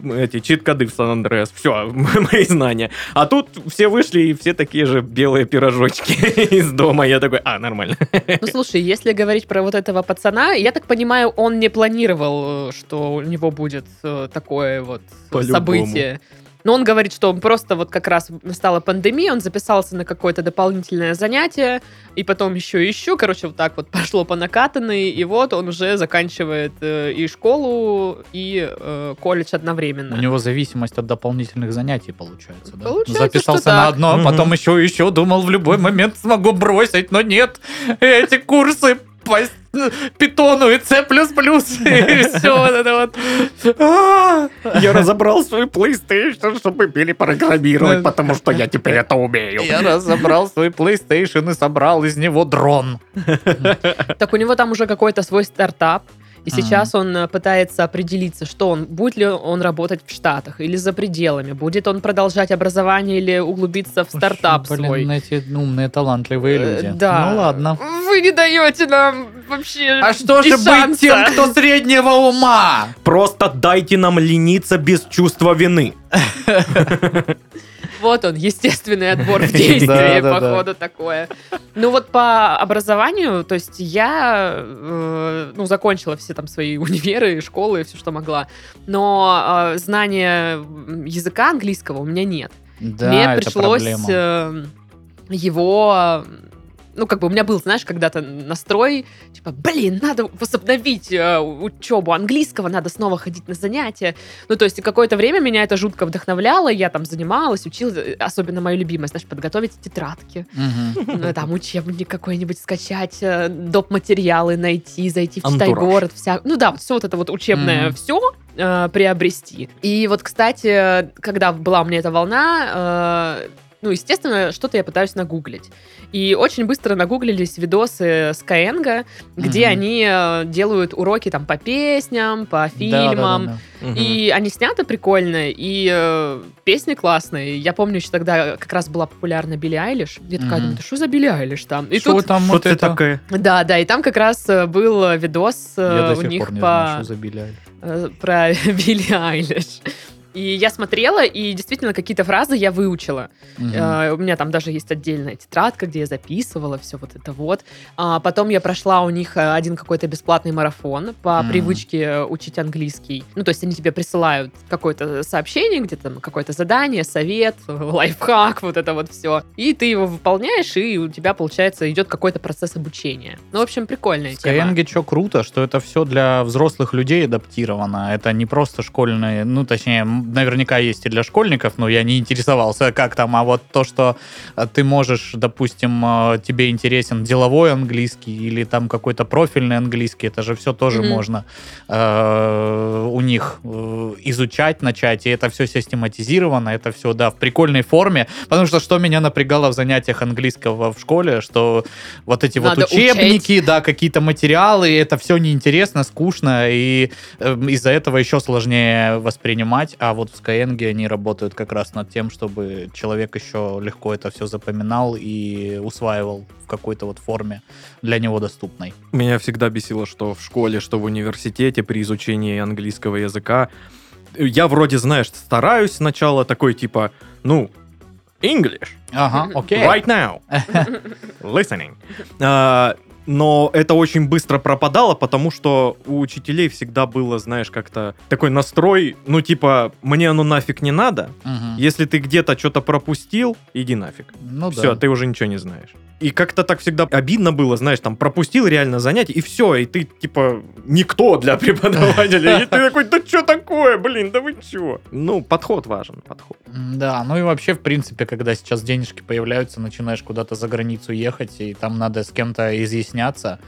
S3: э, эти чит-коды в Сан-Андреас. Все, мои знания. А тут все вышли и все такие же белые пирожочки из дома. Я такой, а, нормально.
S1: Ну слушай, если говорить про вот этого пацана, я так понимаю, он не планировал, э, что у него будет э, такое вот
S3: По-любому.
S1: событие. Но он говорит, что он просто вот как раз стала пандемия, он записался на какое-то дополнительное занятие, и потом еще и еще, короче, вот так вот пошло по накатанной, и вот он уже заканчивает э, и школу, и э, колледж одновременно.
S2: У него зависимость от дополнительных занятий получается, да?
S1: Получается,
S2: Записался
S1: что
S2: на
S1: так.
S2: одно, а
S3: Мгм.
S2: потом еще и еще думал, в любой момент смогу бросить, но нет. Эти курсы по с- питону и C++, и все вот это вот. А!
S3: Я разобрал свой PlayStation, чтобы перепрограммировать, потому что я теперь это умею.
S2: Я разобрал свой PlayStation и собрал из него дрон.
S1: Так у него там уже какой-то свой стартап. И сейчас он э, пытается определиться, что он, будет ли он работать в Штатах или за пределами, будет он продолжать образование или углубиться в стартап
S2: Блин,
S1: свой.
S2: эти умные, талантливые
S1: Э,
S2: люди.
S1: Да.
S2: Ну ладно.
S1: Вы не даете нам вообще
S2: А что
S1: ни
S2: же быть
S1: шанса.
S2: тем, кто среднего ума?
S3: Просто дайте нам лениться без чувства вины.
S1: Вот он, естественный отбор в действии,
S2: Да-да-да.
S1: походу, такое. Ну вот по образованию, то есть я, э, ну, закончила все там свои универы, школы, все, что могла, но э, знания м, языка английского у меня нет.
S2: Да,
S1: Мне
S2: это
S1: пришлось
S2: проблема.
S1: э, его... э, Ну, как бы у меня был, знаешь, когда-то настрой, типа, блин, надо возобновить э, учебу английского, надо снова ходить на занятия. Ну, то есть какое-то время меня это жутко вдохновляло, я там занималась, учила, э, особенно мое любимое, знаешь, подготовить тетрадки,
S2: Мгм.
S1: э, там учебник какой-нибудь скачать, э, доп. материалы найти, зайти в
S3: Антураж.
S1: Читай город, вся, ну да, вот все вот это вот учебное
S2: Мгм.
S1: все приобрести. И вот, кстати, э, когда была у меня эта волна, э, ну, естественно, что-то я пытаюсь нагуглить. И очень быстро нагуглились видосы Skyeng, где
S2: Мгм.
S1: они э, делают уроки там по песням, по фильмам.
S2: Да-да-да-да.
S1: И они сняты прикольно, и э, песни классные. Я помню, еще тогда как раз была популярна Билли Айлиш. Я такая
S2: Мгм.
S1: думаю, да что за Билли Айлиш там? И
S2: Что
S1: тут,
S2: там
S3: Что
S2: вот
S3: ты
S2: это?
S3: такая?
S1: да, да, и там как раз э, был э, видос э,
S2: Я до
S1: у
S2: сих
S1: них
S2: пор не
S1: по
S2: знаю, что за Билли Айлиш.
S1: э, про Билли Айлиш. И я смотрела, и действительно какие-то фразы я выучила.
S2: Мгм.
S1: Э, У меня там даже есть отдельная тетрадка, где я записывала все вот это вот. А Потом я прошла у них э, один какой-то бесплатный марафон по
S2: Мгм.
S1: привычке э, учить английский. Ну, то есть они тебе присылают какое-то сообщение, где там какое-то задание, совет, э, лайфхак, вот это вот все. И ты его выполняешь, и у тебя, получается, идет какой-то процесс обучения. Ну, в общем, прикольная тема.
S2: Skyeng, что круто, что это все для взрослых людей адаптировано. Это не просто школьные, ну, точнее, м, наверняка есть и для школьников, но я не интересовался, как там, а вот то, что э, ты можешь, допустим, э, тебе интересен деловой английский или там какой-то профильный английский, это же все тоже
S1: Мгм.
S2: можно э, у них э, изучать, начать, и это все систематизировано, это все, да, в прикольной форме, потому что что меня напрягало в занятиях английского в школе, что вот эти
S1: Надо
S2: вот учебники, да, какие-то материалы, и это все неинтересно, скучно, и э, из-за этого еще сложнее воспринимать. А вот в Skyeng они работают как раз над тем, чтобы человек еще легко это все запоминал и усваивал в какой-то вот форме для него доступной.
S3: Меня всегда бесило, что в школе, что в университете при изучении английского языка я вроде, знаешь, стараюсь сначала такой типа, ну, English,
S2: Ага, окей.
S3: right now, listening. А, но это очень быстро пропадало, потому что у учителей всегда было, знаешь, как-то такой настрой, ну, типа, мне оно нафиг не надо.
S2: Мгм.
S3: Если ты где-то что-то пропустил, иди нафиг.
S2: Ну
S3: все,
S2: да.
S3: ты уже ничего не знаешь. И как-то так всегда обидно было, знаешь, там пропустил реально занятие, и все, и ты типа никто для преподавателя. И ты такой, да что такое, блин, да вы чего? Ну, подход важен, подход.
S2: Да, ну и вообще, в принципе, когда сейчас денежки появляются, начинаешь куда-то за границу ехать, и там надо с кем-то изъясняться,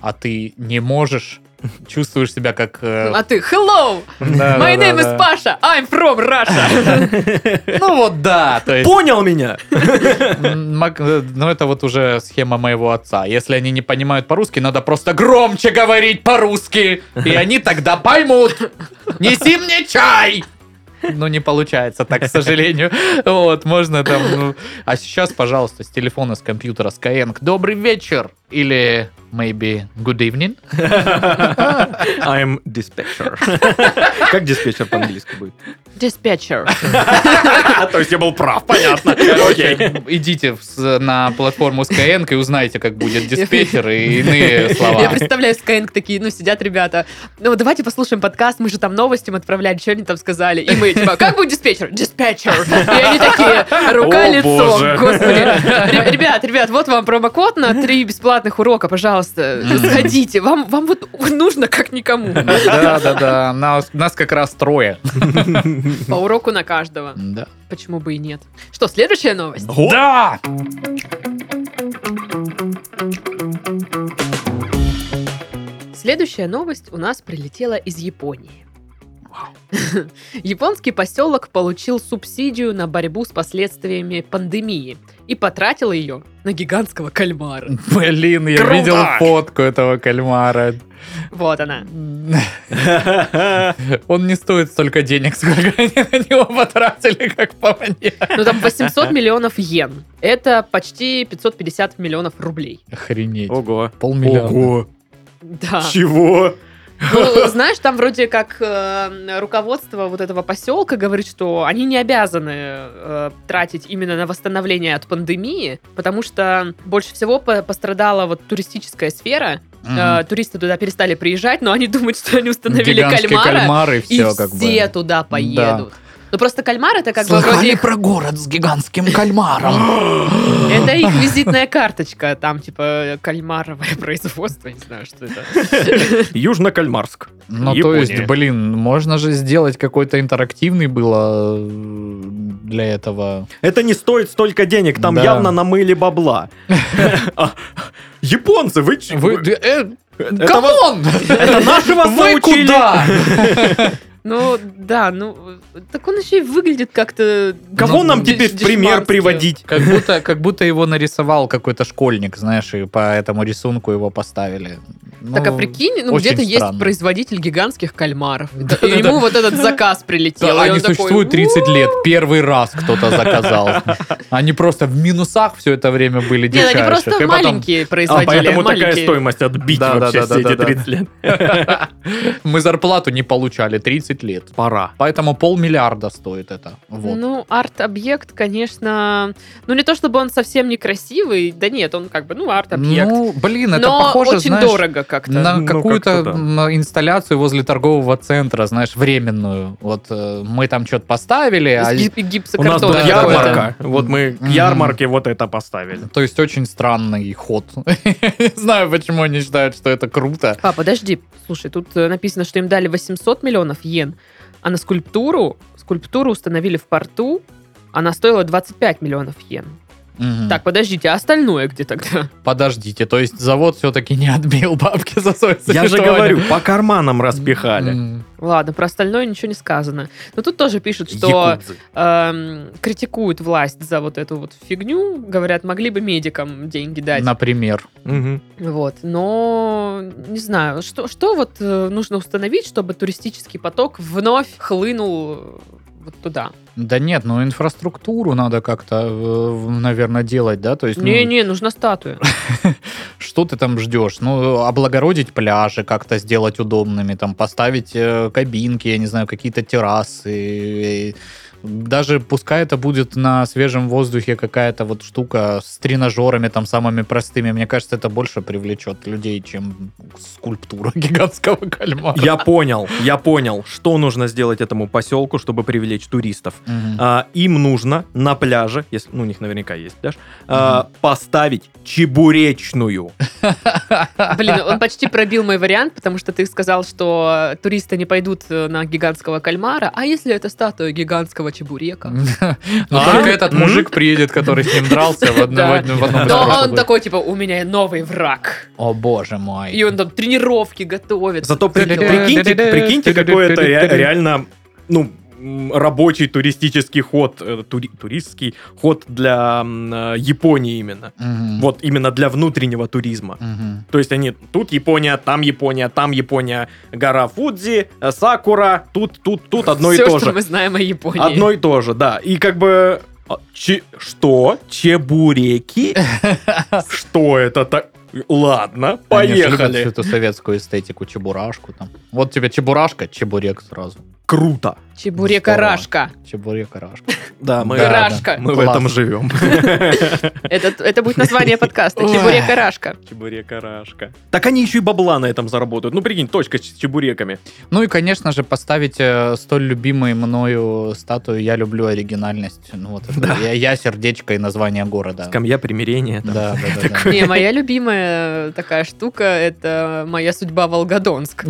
S2: а ты не можешь, чувствуешь себя как... э,
S1: А ты, hello, my name is Паша, I'm from Russia.
S2: Ну вот да, то есть...
S3: Понял меня!
S2: м, мак- э, Ну это вот уже схема моего отца. Если они не понимают по-русски, надо просто громче говорить по-русски, и они тогда поймут. Неси мне чай! Ну, не получается так, к сожалению. Вот, можно там... ну. А сейчас, пожалуйста, с телефона, с компьютера, Skyeng. Добрый вечер! Или, maybe, good evening?
S3: I'm dispatcher. Как диспетчер по-английски будет?
S1: Dispatcher.
S2: А,
S3: То есть я был прав, понятно.
S2: Короче, идите в с- на платформу Skyeng и узнайте, как будет диспетчер и иные
S1: Я
S2: слова.
S1: представляю, Skyeng такие, ну, сидят ребята. Ну, давайте послушаем подкаст, мы же там новости им отправляли, что они там сказали. И мы, типа, как будет диспетчер? Диспетчер. И они такие, рука,
S3: О,
S1: лицо.
S3: боже.
S1: Господи. Ре- Ребят, ребят, вот вам промокод на три бесплатных урока, пожалуйста.
S2: Мгм.
S1: Сходите. Вам, вам вот нужно, как никому.
S2: Да, да, да. Нас, нас как раз трое.
S1: По уроку на каждого.
S2: Да.
S1: Почему бы и нет? Что, следующая новость?
S2: Да!
S1: Следующая новость у нас прилетела из Японии. Японский поселок получил субсидию на борьбу с последствиями пандемии и потратил ее на гигантского кальмара.
S2: Блин, я
S3: Круто!
S2: видел фотку этого кальмара.
S1: Вот она.
S2: Он не стоит столько денег, сколько они на него потратили, как по мне.
S1: Ну там 800 миллионов йен. Это почти 550 миллионов рублей.
S2: Охренеть.
S3: Ого.
S2: Полмиллиона.
S1: Да.
S3: Чего?
S1: Ну, знаешь, там вроде как э, руководство вот этого поселка говорит, что они не обязаны э, тратить именно на восстановление от пандемии, потому что больше всего по- пострадала вот туристическая сфера. Э,
S2: Мгм.
S1: туристы туда перестали приезжать, но они думают, что они установили
S2: Гигантские
S1: кальмара,
S2: кальмары,
S1: и
S2: все как
S1: все
S2: бы.
S1: туда поедут. Ну просто кальмар это как бы вроде
S2: Слыхали
S1: их-
S2: про город с гигантским кальмаром?
S1: это их визитная карточка, там типа кальмаровое производство, не знаю, что это.
S3: Южно-Кальмарск.
S2: Ну, то
S3: Япония.
S2: есть, блин, можно же сделать какой-то интерактивный было э, для этого.
S3: Это не стоит столько денег, там
S2: Да.
S3: явно намыли бабла. А, Японцы, вы... ч-
S2: Вы,
S3: вы-
S2: э,
S3: Это
S2: камон!
S3: Это наши вас
S2: Вы
S3: научили.
S2: куда?
S1: Ну, да, ну, э, так он еще и выглядит как-то...
S3: Кого
S1: ну,
S3: нам
S1: деш-
S3: теперь в пример
S1: дешмански.
S3: приводить?
S2: Как будто, как будто его нарисовал какой-то школьник, знаешь, и по этому рисунку его поставили. Ну,
S1: Так, а прикинь, ну
S2: очень
S1: где-то есть
S2: странно.
S1: производитель гигантских кальмаров. И ему вот этот заказ прилетел.
S2: Да,
S1: и
S2: они
S1: он такой,
S2: существуют 30 лет. Первый раз кто-то заказал. Они просто в минусах все это время
S1: «У».
S2: были
S1: Нет,
S2: дичайше.
S1: ну они просто маленькие
S3: А
S1: производители.
S3: поэтому такая
S1: маленькие.
S3: стоимость отбить
S2: Да, да,
S3: вообще
S2: да,
S3: все
S2: да,
S3: эти
S2: да.
S3: 30 лет.
S2: Мы зарплату не получали 30 лет.
S3: Пора.
S2: Поэтому полмиллиарда стоит это. Вот.
S1: Ну, арт-объект, конечно... Ну, не то чтобы он совсем некрасивый, да нет, он как бы, ну, арт-объект.
S2: Ну, блин, это
S1: Но
S2: похоже,
S1: очень
S2: знаешь,
S1: дорого как-то.
S2: на
S3: Ну,
S2: какую-то
S3: как-то да.
S2: м, инсталляцию возле торгового центра, знаешь, временную. Вот э, мы там что-то поставили, а
S1: Из
S2: здесь-
S1: гип-
S3: У
S1: гипсокартона.
S3: нас тут
S2: да,
S1: какой-то.
S3: ярмарка. Вот мы к
S2: Мгм.
S3: ярмарке вот это поставили.
S2: то есть очень странный ход. Не знаю, почему они считают, что это круто.
S1: А, подожди, слушай, тут э, написано, что им дали 800 миллионов йен, а на скульптуру, скульптуру установили в порту, она стоила 25 миллионов йен.
S2: Мгм.
S1: Так, подождите, а остальное где тогда?
S2: Подождите, то есть завод все-таки не отбил бабки за свое
S3: Я же
S2: существование?
S3: говорю, по карманам распихали.
S2: М,
S1: Ладно, про остальное ничего не сказано. Но тут тоже пишут, что
S3: Якудзы.
S1: эм, критикуют власть за вот эту вот фигню, говорят, могли бы медикам деньги дать.
S2: Например.
S3: Мгм.
S1: Вот, но не знаю, что, что вот э, нужно установить, чтобы туристический поток вновь хлынул э, вот туда.
S2: Да нет, ну инфраструктуру надо как-то, э, наверное, делать, да? То есть, ну,
S1: Не-не, нужна статуя.
S2: Что ты там ждешь? Ну, облагородить пляжи, как-то сделать удобными, там, поставить э, кабинки, я не знаю, какие-то террасы. И даже пускай это будет на свежем воздухе какая-то вот штука с тренажерами, там, самыми простыми. Мне кажется, это больше привлечет людей, чем скульптура гигантского кальмара.
S3: Я понял, я понял, что нужно сделать этому поселку, чтобы привлечь туристов.
S2: Мгм.
S3: А, им нужно на пляже, если, ну, у них наверняка есть пляж, а, поставить чебуречную.
S1: Блин, он почти пробил мой вариант, потому что ты сказал, что туристы не пойдут э, на гигантского кальмара, а если это статуя гигантского чебурека?
S2: Ну,
S3: А?
S2: только этот
S3: М?
S2: мужик приедет, который с ним дрался в одном в
S1: Да.
S2: одном- в одном из
S1: То
S2: роликов.
S1: он такой, типа, у меня новый враг.
S2: О, боже мой.
S1: И он там тренировки готовит.
S3: Зато при-
S1: Всё дела.
S3: прикиньте, прикиньте, какой это ре- реально, ну, м, рабочий туристический ход, э, тури- туристский ход для м, э, Японии именно.
S2: Мгм.
S3: Вот именно для внутреннего туризма.
S2: Мгм.
S3: То есть они тут Япония, там Япония, там Япония, гора Фудзи, э, Сакура, тут, тут, тут одно и
S1: Всё,
S3: то
S1: что
S3: же.
S1: мы знаем о Японии.
S3: Одно и то же, да. И как бы... а, че- что? Чебуреки? Что это так? Ладно,
S2: Они же любят всю
S3: поехали.
S2: эту советскую эстетику, чебурашку там. Вот тебе чебурашка, чебурек сразу.
S3: Круто.
S1: Чебурека-рашка.
S2: Чебурек-рашка.
S3: Да, мы,
S2: Да, да.
S1: Рашка.
S3: мы в
S2: Класс.
S3: этом живем.
S1: Это, это будет название подкаста. Чебурека-рашка.
S3: Чебурека-рашка. Так они еще и бабла на этом заработают. Ну, прикинь, точка с чебуреками.
S2: Ну и, конечно же, поставить э, столь любимой мною статую «Я люблю оригинальность». Ну вот это. Я, я сердечко и название города.
S3: Камья примирения. там.
S2: Да, да, да, да.
S1: Не, моя любимая такая штука — это моя судьба Волгодонск.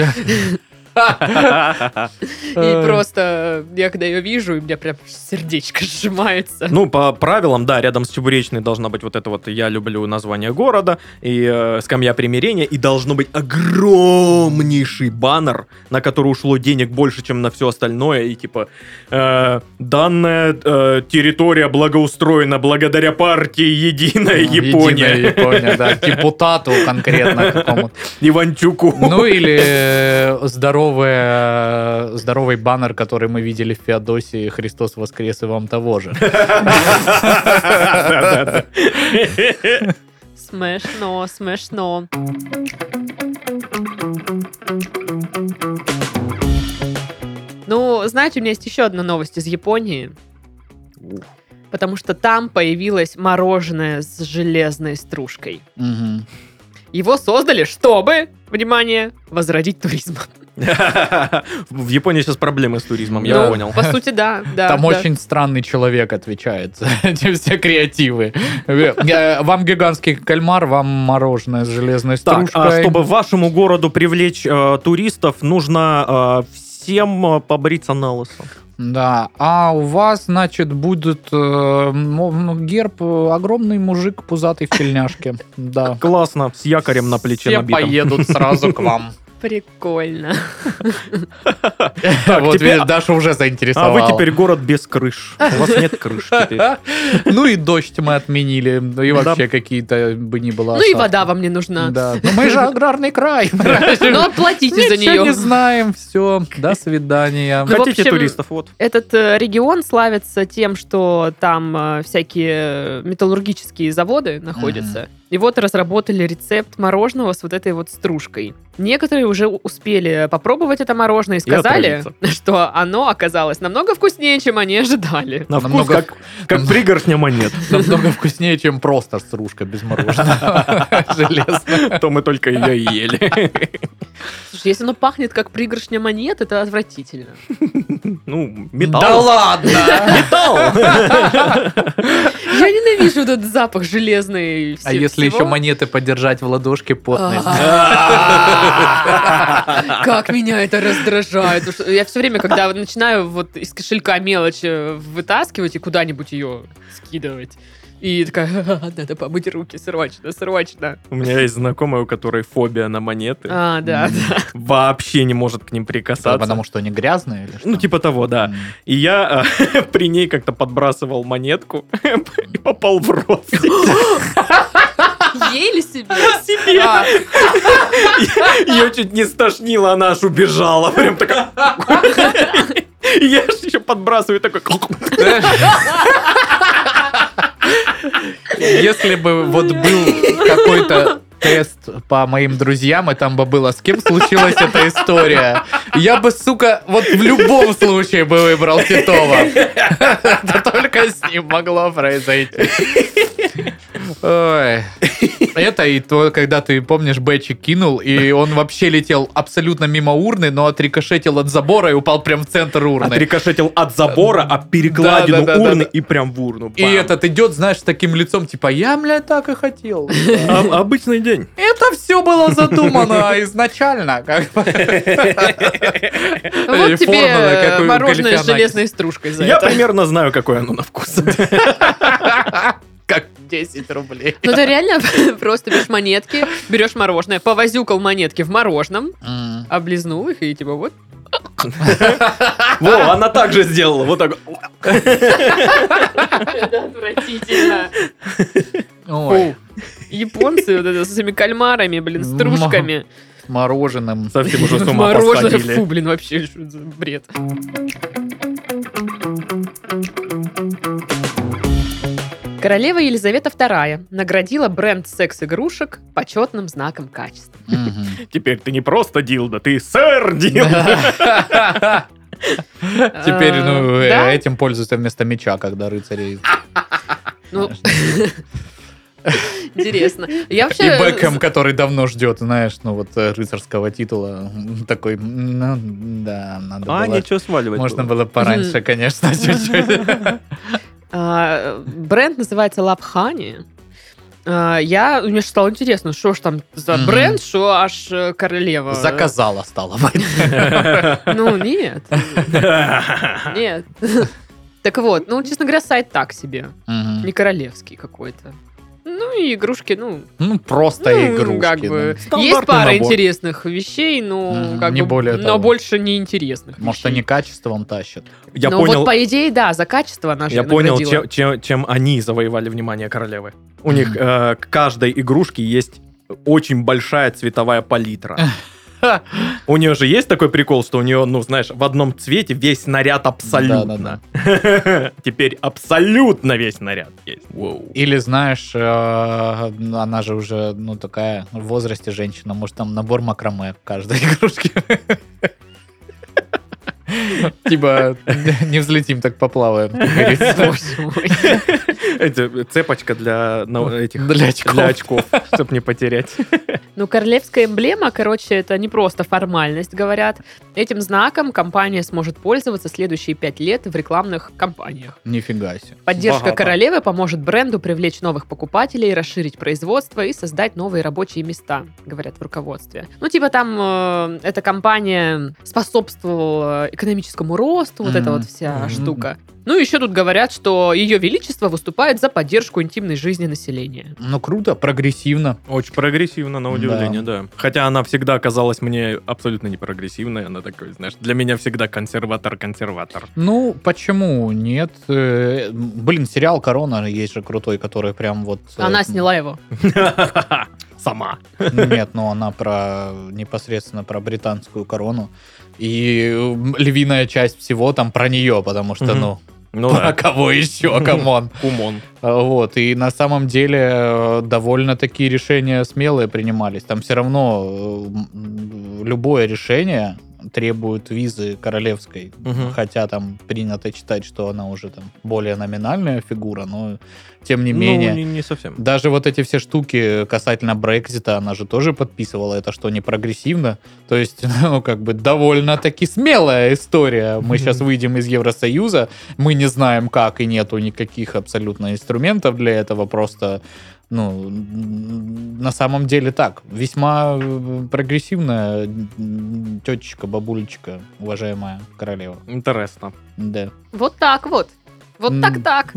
S1: И просто я когда ее вижу, у меня прям сердечко сжимается.
S3: Ну, по правилам, да, рядом с чебуречной должна быть вот это вот «Я люблю название города» и э, «Скамья примирения», и должно быть огромнейший баннер, на который ушло денег больше, чем на все остальное, и типа э, «Данная э, территория благоустроена благодаря партии «Единая Япония»
S2: Ну, Единая Япония, да. Депутату конкретно какому-то.
S3: Иванчуку».
S2: Ну или э, здоровое, здоровый баннер, который мы видели в Феодосии «Христос воскрес и вам того же».
S3: Да-да-да.
S1: Смешно, смешно. Ну, знаете, у меня есть еще одна новость из Японии. Потому что там появилось мороженое с железной стружкой.
S2: Мгм.
S1: Его создали, чтобы, внимание, возродить туризм.
S3: В Японии сейчас проблемы с туризмом, я
S2: Да.
S3: понял.
S1: Ну, По сути, да. да
S2: Там
S1: да.
S2: очень странный человек отвечает за эти все креативы. Э, Вам гигантский кальмар, вам мороженое с железной
S3: Так, а
S2: стружкой.
S3: чтобы вашему городу привлечь э, туристов, нужно э, всем э, побриться на лысо.
S2: Да, а у вас, значит, будет э, м- герб э, огромный мужик пузатый в тельняшке. Да.
S3: Классно, с якорем на плече
S2: Все
S3: набитым.
S2: поедут сразу к вам.
S1: Прикольно.
S2: Вот
S3: теперь-
S2: видишь, Даша уже
S3: А
S2: заинтересовала.
S3: вы теперь город без крыш. У вас нет крыш теперь.
S2: Ну и дождь мы отменили, ну и
S3: Да.
S2: вообще какие-то бы ни было.
S1: Ну и
S2: осадки.
S1: вода вам не нужна.
S2: Да. Ну мы же аграрный край.
S1: Но платите за
S2: Ничего не
S1: нее.
S2: знаем, все, до свидания.
S1: Ну, в
S3: Хотите
S1: общем,
S3: туристов, вот.
S1: Этот э, регион славится тем, что там э, всякие э, металлургические заводы находятся. И вот разработали рецепт мороженого с вот этой вот стружкой. Некоторые уже у- успели попробовать это мороженое и сказали, что оно оказалось намного вкуснее, чем они ожидали.
S3: На вкус
S2: Намного-
S3: как, как пригоршня монет.
S2: Намного вкуснее, чем просто стружка без мороженого. Железная.
S3: То мы только ее и ели.
S1: Слушай, если оно пахнет как пригоршня монет, это отвратительно.
S3: Ну,
S2: Да
S3: металл.
S2: ладно!
S3: Металл!
S1: Я ненавижу вот этот запах железный. и
S2: А
S1: все-
S2: если
S1: всего.
S2: еще монеты подержать в ладошке потной?
S1: Как меня это раздражает. Потому что Я все время, когда вот начинаю вот из кошелька мелочь э, вытаскивать и куда-нибудь ее скидывать, и такая, «Ха-ха, надо помыть руки, срочно, срочно.
S3: У меня есть знакомая, у которой фобия на монеты.
S1: А, да, да.
S3: Вообще не может к ним прикасаться.
S2: Потому что они грязные? или
S3: Ну,
S2: что?
S3: типа того, да.
S2: М.
S3: И я э, при ней как-то подбрасывал монетку и попал в рот.
S1: Ели себе.
S3: Себе.
S1: А,
S3: Ее чуть не стошнило, она аж убежала. Прям такая... И Я ж еще подбрасываю такой...
S2: Если бы вот был какой-то тест по моим друзьям, и там бы было, с кем случилась эта история, я бы, сука, вот в любом случае бы выбрал Титова. Это только с ним могло произойти. Ой. Это и то, когда ты, помнишь, Бэчи кинул, и он вообще летел абсолютно мимо урны, но отрикошетил от забора и упал прям в центр урны.
S3: Отрикошетил от забора, а перекладину
S2: Да-да-да-да-да.
S3: урны и прям в урну.
S2: И
S3: Бам.
S2: этот идет, знаешь, с таким лицом, типа, я, бля, так и хотел.
S3: А- Обычный день.
S2: Это все было задумано изначально. как бы.
S1: Вот тебе
S2: формула,
S1: э,
S2: как у
S1: мороженое с
S2: Галифианакис.
S1: железной стружкой за
S3: Я
S1: это.
S3: примерно знаю, какое оно на вкус.
S2: Как 10 рублей.
S1: Ну, ты реально просто берешь монетки, берешь мороженое, повозюкал монетки в мороженом,
S2: М.
S1: облизнул их и типа вот.
S3: Во, она так же сделала. Вот так.
S1: Это отвратительно.
S2: Ой,
S1: Японцы вот это с этими кальмарами, блин,
S2: М.
S1: стружками.
S2: с мороженым.
S3: Совсем уже с ума
S1: Мороженое,
S3: посходили.
S1: фу, блин, вообще что за бред. Королева Елизавета II наградила бренд секс-игрушек почетным знаком качества.
S2: Мгм.
S3: Теперь ты не просто дилда, ты сэр
S2: А,
S3: дилда.
S2: Теперь, ну,
S1: Э,
S2: э,
S1: да? А
S2: этим пользуются вместо меча, когда рыцари...
S1: Ну, Интересно. Я
S2: И
S1: вообще... э,
S2: Бекхэм, который давно ждет, знаешь, ну вот э, рыцарского титула, м, такой, м, ну, да, надо было...
S3: сваливать.
S2: Можно было пораньше, конечно, чуть-чуть.
S1: А, Бренд называется Лапхани. А, Я, мне же стало интересно, что ж там за
S2: Мгм.
S1: бренд, что аж э, королева.
S2: Заказала стало
S1: Ну, нет. Нет. Так вот, ну, честно говоря, сайт так себе.
S2: Мгм.
S1: Не королевский какой-то. Ну и игрушки, ну,
S2: Ну, просто
S1: ну,
S2: игрушки.
S1: как
S2: да.
S1: бы. Есть
S3: Стандартный
S1: пара
S3: набор.
S1: интересных вещей, но
S2: Мгм,
S1: как
S2: не
S1: бы,
S2: более
S1: но
S2: того.
S1: больше неинтересных.
S2: Может,
S1: вещей.
S2: они качеством тащат.
S3: Я
S1: ну
S3: понял,
S1: вот по идее, да, за качество она же
S3: я понял
S1: наградила.
S3: чем, чем- чем они завоевали внимание королевы. У них
S2: Мгм.
S3: э, к каждой игрушке есть очень большая цветовая палитра. У нее же есть такой прикол, что у нее, ну, знаешь, в одном цвете весь наряд абсолютно. Теперь абсолютно весь наряд есть.
S2: Или, знаешь, э, она же уже, ну, такая в возрасте женщина. Может, там набор макраме каждой игрушки. Либо Типа, не взлетим, так поплаваем. как говорится.
S1: Боже мой.
S3: Эти, цепочка для на- этих...
S2: Для очков.
S3: Для очков, чтобы не потерять.
S1: Ну, королевская эмблема, короче, это не просто формальность, говорят. Этим знаком компания сможет пользоваться следующие пять лет в рекламных кампаниях.
S2: Нифига себе.
S1: Поддержка
S3: Богато.
S1: королевы поможет бренду привлечь новых покупателей, расширить производство и создать новые рабочие места, говорят в руководстве. Ну, типа там э, эта компания способствовала экономическому росту, вот эта
S2: Мгм.
S1: вот вся
S3: Мгм.
S1: штука. Ну, еще тут говорят, что ее величество выступает за поддержку интимной жизни населения.
S2: Ну круто, прогрессивно.
S3: Очень прогрессивно, на удивление, да. Хотя она всегда казалась мне абсолютно не прогрессивной. Она такой, знаешь, для меня всегда консерватор-консерватор.
S2: Ну, почему нет? Э, Блин, сериал «Корона» есть же крутой, который прям вот... э,
S1: Она сняла его.
S3: Сама.
S2: Нет, но она про непосредственно про британскую корону. И м, львиная часть всего там про нее, потому что,
S3: Мгм.
S2: ну,
S3: Ну
S2: про
S3: да,
S2: кого еще, камон.
S3: кумон.
S2: А, Вот, и на самом деле э, довольно такие решения смелые принимались. Там все равно э, м, любое решение требует визы королевской.
S3: Мгм.
S2: Хотя там принято читать, что она уже там более номинальная фигура, но тем не
S3: Ну,
S2: менее.
S3: не- не совсем.
S2: Даже вот эти все штуки касательно Брекзита, она же тоже подписывала это, что не прогрессивно. То есть, ну, как бы довольно-таки смелая история. Мы сейчас выйдем из Евросоюза, мы не знаем как, и нету никаких абсолютно инструментов для этого, просто ну, м, на самом деле так. Весьма э, прогрессивная м, тетечка, бабулечка, уважаемая королева.
S3: Интересно.
S2: Да.
S1: Вот так вот. Вот
S2: М.
S1: так-так.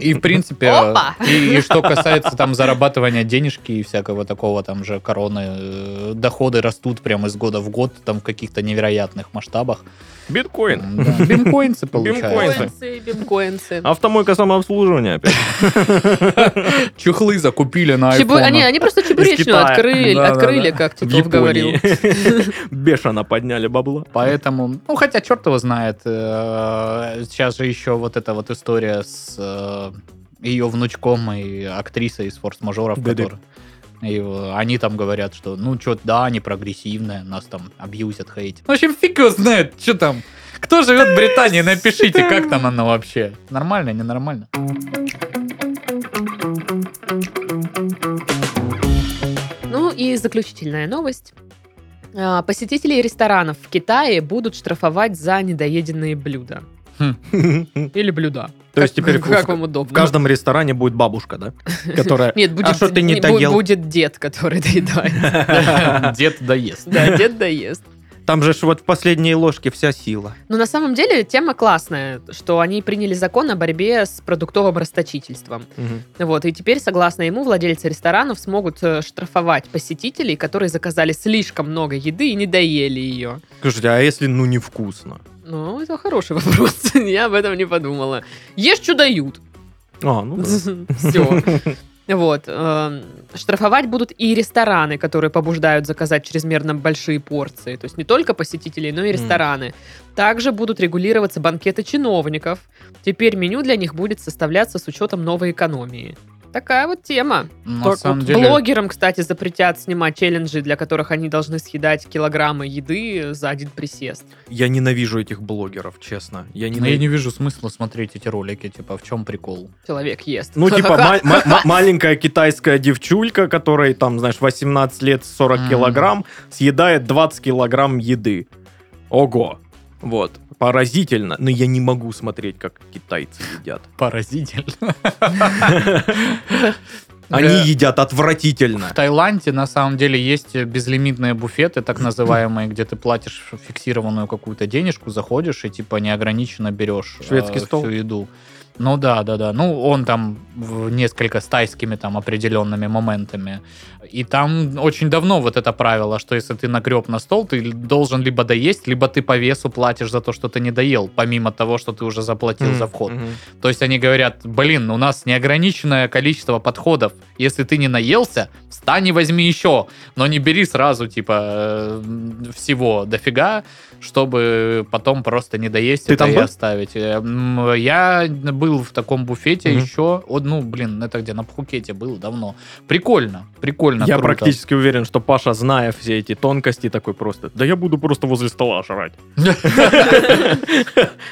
S2: И, в принципе,
S1: Опа!
S2: и, и что касается там зарабатывания денежки и всякого такого, там же короны, э, доходы растут прямо из года в год, там в каких-то невероятных масштабах.
S3: Биткоин.
S2: М, да. Бимкоинсы получаются.
S3: Бимкоинсы.
S1: Коинцы, бимкоинцы.
S3: Автомойка самообслуживания опять.
S2: Чехлы закупили
S3: а,
S2: на
S1: Чебу- а Они, они просто чебуречную
S3: Китая.
S1: открыли,
S3: Да-да-да.
S1: открыли, как
S3: В
S1: Титов говорил.
S3: Японии. Бешено подняли бабло.
S2: Поэтому, ну, хотя черт его знает, э, сейчас же еще вот эта вот история с э, ее внучком и актрисой из форс-мажоров,
S3: Да-да.
S2: которые... и, э, они там говорят, что, ну, что, да, они прогрессивные, нас там абьюзят, хейтят. В общем, фиг его знает, что там. Кто живет в Британии, напишите, как там оно вообще. Нормально, ненормально?
S1: Ну и заключительная новость. А, Посетителей ресторанов в Китае будут штрафовать за недоеденные блюда.
S3: То
S1: Или блюда.
S3: есть
S1: Как-
S3: теперь
S1: как
S3: в
S1: вам удобно.
S3: в каждом ресторане будет бабушка, да? Которая...
S1: Нет, будет,
S3: А что ты не
S1: бу-
S3: доел?
S1: будет дед, который доедает.
S2: Дед доест.
S1: Да, дед доест.
S3: Там же ж вот в последней ложке вся сила.
S1: Но на самом деле тема классная, что они приняли закон о борьбе с продуктовым расточительством. Вот, и теперь, согласно ему, владельцы ресторанов смогут э, штрафовать посетителей, которые заказали слишком много еды и не доели ее.
S3: Слушайте, а если ну невкусно?
S1: Ну, это хороший вопрос. Я об этом не подумала. Ешь, что дают.
S3: А, ну да.
S1: Все. Вот. эм, Штрафовать будут и рестораны, которые побуждают заказать чрезмерно большие порции. То есть не только посетителей, но и
S3: М.
S1: рестораны. Также будут регулироваться банкеты чиновников. Теперь меню для них будет составляться с учетом новой экономии. Такая вот тема.
S2: На
S3: Так
S2: самом
S3: вот,
S2: деле...
S1: Блогерам, кстати, запретят снимать челленджи, для которых они должны съедать килограммы еды за один присест.
S3: Я ненавижу этих блогеров, честно. Я
S2: Ну, я
S3: ненавижу.
S2: не вижу смысла смотреть эти ролики, типа, в чем прикол?
S1: Человек ест.
S3: Ну, типа,
S1: Ха-ха.
S3: ма- ма- ма- маленькая китайская девчулька, которой, там, знаешь, 18 лет, 40
S2: Мгм.
S3: килограмм, съедает 20 килограмм еды. Ого. Вот. Поразительно. Но я не могу смотреть, как китайцы едят.
S2: Поразительно.
S3: Они
S2: Да.
S3: едят отвратительно.
S2: В Таиланде на самом деле есть безлимитные буфеты, так называемые, где ты платишь фиксированную какую-то денежку, заходишь и типа неограниченно берешь э,
S3: Шведский стол?
S2: всю еду. Ну да, да, да. Ну он там в несколько с тайскими там определенными моментами. И там очень давно вот это правило, что если ты нагреб на стол, ты должен либо доесть, либо ты по весу платишь за то, что ты не доел, помимо того, что ты уже заплатил за вход.
S3: Мгм.
S2: То есть они говорят, блин, у нас неограниченное количество подходов. Если ты не наелся, встань и возьми еще. Но не бери сразу, типа, э, всего дофига, чтобы потом просто не доесть
S3: Ты
S2: это
S3: там
S2: и
S3: был?
S2: оставить. Э, м, Я был был в таком буфете
S3: Мгм.
S2: еще. О, ну, блин, это где? На Пхукете был давно. Прикольно, прикольно.
S3: Я
S2: круто.
S3: практически уверен, что Паша, зная все эти тонкости, такой просто, да я буду просто возле стола жрать.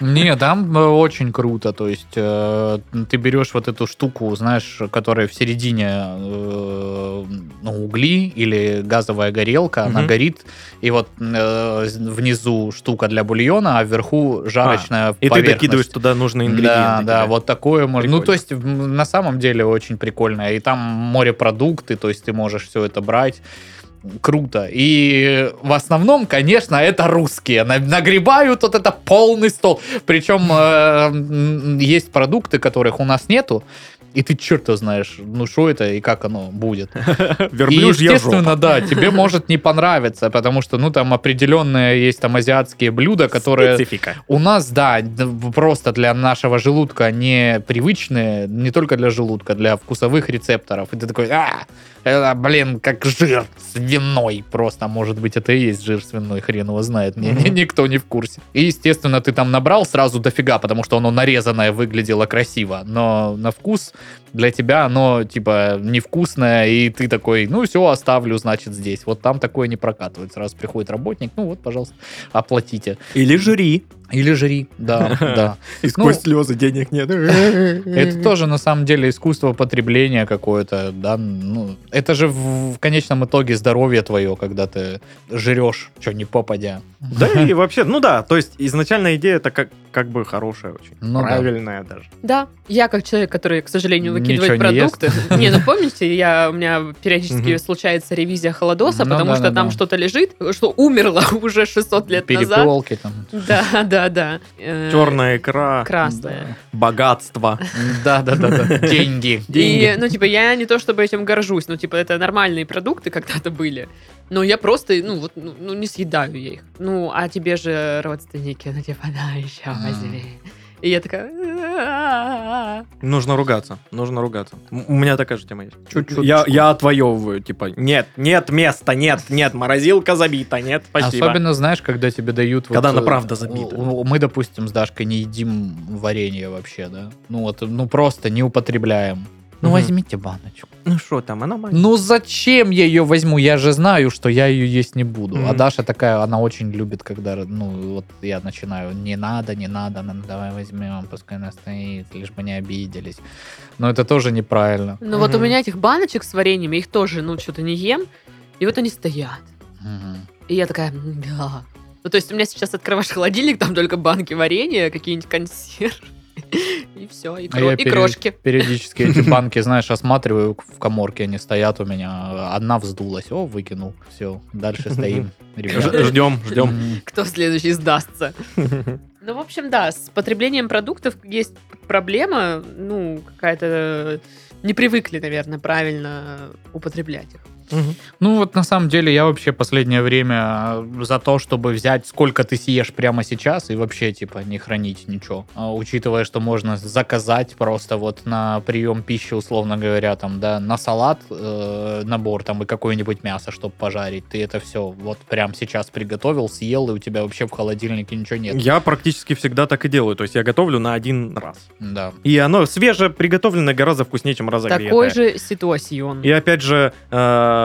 S2: Не, там э, очень круто. То есть э, ты берешь вот эту штуку, знаешь, которая в середине э, ну, угли или газовая горелка, она
S3: Мгм.
S2: горит, и вот э, с- внизу штука для бульона, а вверху жарочная
S3: А, И ты
S2: поверхность.
S3: докидываешь туда нужные
S2: Да,
S3: ингредиенты.
S2: да, вот такое можно. Ну,
S3: Прикольно.
S2: то есть, м, на самом деле очень прикольно. И там морепродукты, то есть ты можешь все это брать. Круто. И в основном, конечно, это русские. На- Нагребают вот это полный стол. Причем э, м, есть продукты, которых у нас нету. И ты черт его знаешь, ну что это и как оно будет. И,
S3: Верблюжья жопа.
S2: естественно, да, тебе может не понравиться, потому что, ну, там определенные есть там азиатские блюда, которые
S3: Специфика.
S2: у нас, да, д- просто для нашего желудка непривычные, не только для желудка, для вкусовых рецепторов. И ты такой, а, это, блин, как жир свиной просто. Может быть, это и есть жир свиной, хрен его знает. Ни- ни-
S3: Мгм.
S2: Никто не в курсе. И, естественно, ты там набрал сразу дофига, потому что оно нарезанное выглядело красиво. Но на вкус для тебя оно, типа, невкусное, и ты такой, ну, все, оставлю, значит, здесь. Вот там такое не прокатывает. Сразу приходит работник, ну, вот, пожалуйста, оплатите.
S3: Или жри.
S2: Или жри, да, да.
S3: И
S2: сквозь
S3: слезы денег нет.
S2: Это тоже на самом деле искусство потребления какое-то, да. Ну, это же в, в конечном итоге здоровье твое, когда ты жрешь, что не попадя.
S3: Да и вообще, ну да, то есть изначально идея это как, как бы хорошая очень,
S2: Ну да.
S3: правильная даже.
S1: Да, я как человек, который, к сожалению, выкидывает
S2: Ничего не
S1: продукты. Не, ну помните, я, у меня периодически
S3: Мгм.
S1: случается ревизия холодоса,
S2: Ну
S1: потому
S2: да,
S1: что
S2: да,
S1: там
S2: да.
S1: что-то лежит, что умерло уже 600 лет назад.
S2: Перепелки там.
S1: Да, да, да. Э,
S3: Черная икра,
S1: Красная.
S3: богатство.
S2: Да, да, да, да. Деньги.
S1: И, ну, типа, я не то чтобы этим горжусь, но, типа, это нормальные продукты когда-то были. Но я просто, ну, вот, ну, ну, не съедаю я их. Ну, а тебе же родственники, ну, типа, да, еще
S2: Мгм.
S1: возьми. И я такая... «А-а-а».
S3: Нужно ругаться, нужно ругаться. М- У меня такая же тема есть.
S2: Чуть-чуть.
S3: Я, я отвоевываю, типа, нет, нет места, нет, нет, морозилка забита, нет, спасибо.
S2: Особенно, знаешь, когда тебе дают... вот,
S3: Когда она
S2: э,
S3: правда забита.
S2: у- у- Мы, допустим, с Дашкой не едим варенье вообще, да? Ну вот, ну просто не употребляем. Ну
S3: Мгм.
S2: возьмите баночку.
S3: Ну что там, она маленькая.
S2: Ну зачем я ее возьму? Я же знаю, что я ее есть не буду. А
S3: Мгм.
S2: Даша такая, она очень любит, когда, ну, вот я начинаю, не надо, не надо, ну, давай возьмем, пускай она стоит, лишь бы не обиделись. Но это тоже неправильно.
S1: Ну, вот у
S3: Мгм.
S1: меня этих баночек с вареньем, я их тоже, ну, что-то не ем. И вот они стоят.
S2: Мгм.
S1: И я такая, «М, да. Ну, то есть у меня сейчас открываешь холодильник, там только банки варенья, какие-нибудь консервы. И все, и,
S2: А
S1: кро-
S2: я
S1: и
S2: пере-
S1: крошки.
S2: Периодически эти банки, знаешь, осматриваю в коморке, они стоят у меня. а, Одна вздулась, о, выкинул, все, дальше стоим, ребята.
S3: Ж- Ждем, ждем.
S2: Мгм.
S1: Кто следующий сдастся? Ну, в общем, да, с потреблением продуктов есть проблема, ну, какая-то... Не привыкли, наверное, правильно употреблять их.
S2: Ну вот на самом деле я вообще последнее время э, за то, чтобы взять сколько ты съешь прямо сейчас и вообще типа не хранить ничего. А, Учитывая, что можно заказать просто вот на прием пищи, условно говоря, там, да, на салат э, набор там и какое-нибудь мясо, чтобы пожарить. Ты это все вот прямо сейчас приготовил, съел, и у тебя вообще в холодильнике ничего нет.
S3: Я практически всегда так и делаю, то есть я готовлю на один раз.
S2: Да.
S3: И оно свеже приготовленное гораздо вкуснее, чем разогретое.
S1: Такой же ситуацион. Ну
S3: И опять же, э,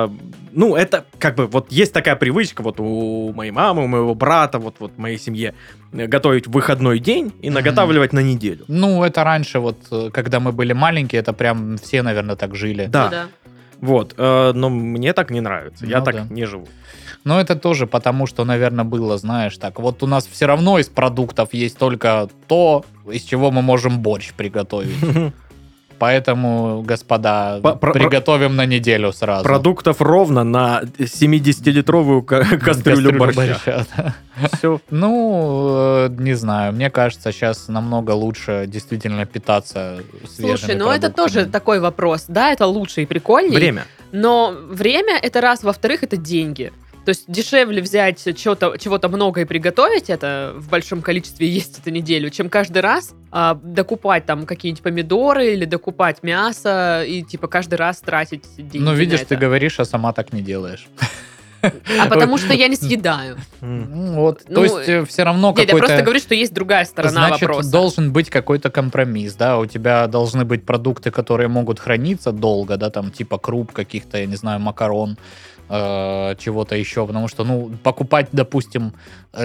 S3: ну, это как бы вот есть такая привычка вот у моей мамы, у моего брата, вот, вот в моей семье э, готовить в выходной день и
S2: Мгм.
S3: наготавливать на неделю.
S2: Ну, это раньше, вот, э, когда мы были маленькие, это прям все, наверное, так жили.
S1: Ну
S3: Да,
S1: да.
S3: вот. э, но мне так не нравится. Я
S2: Ну
S3: так
S2: да.
S3: не живу.
S2: Но это тоже потому, что, наверное, было, знаешь, так. Вот у нас все равно из продуктов есть только то, из чего мы можем борщ приготовить. Поэтому, господа,
S3: По- про-
S2: приготовим на неделю сразу.
S3: Продуктов ровно на 70-литровую ка- кастрюлю борща.
S2: да.
S3: Все.
S2: Ну, э, не знаю, мне кажется, сейчас намного лучше действительно питаться свежими
S1: Слушай, ну это
S2: продуктами.
S1: тоже такой вопрос. Да, это лучше и прикольнее.
S3: Время.
S1: Но время это раз, во-вторых, это деньги. То есть дешевле взять чего-то, чего-то много и приготовить это в большом количестве и есть эту неделю, чем каждый раз а, докупать там какие-нибудь помидоры или докупать мясо и типа каждый раз тратить деньги.
S2: Ну, видишь,
S1: на
S2: ты
S1: это.
S2: говоришь, а сама так не делаешь.
S1: А потому что я не съедаю.
S3: М.
S2: Ну, Вот,
S1: Ну,
S2: то есть э, все равно
S1: Нет, я
S2: какой-то...
S1: просто говорю, что есть другая сторона
S2: Значит,
S1: вопроса.
S2: должен быть какой-то компромисс, да, у тебя должны быть продукты, которые могут храниться долго, да, там типа круп каких-то, я не знаю, макарон, э, чего-то еще, потому что, ну, покупать, допустим,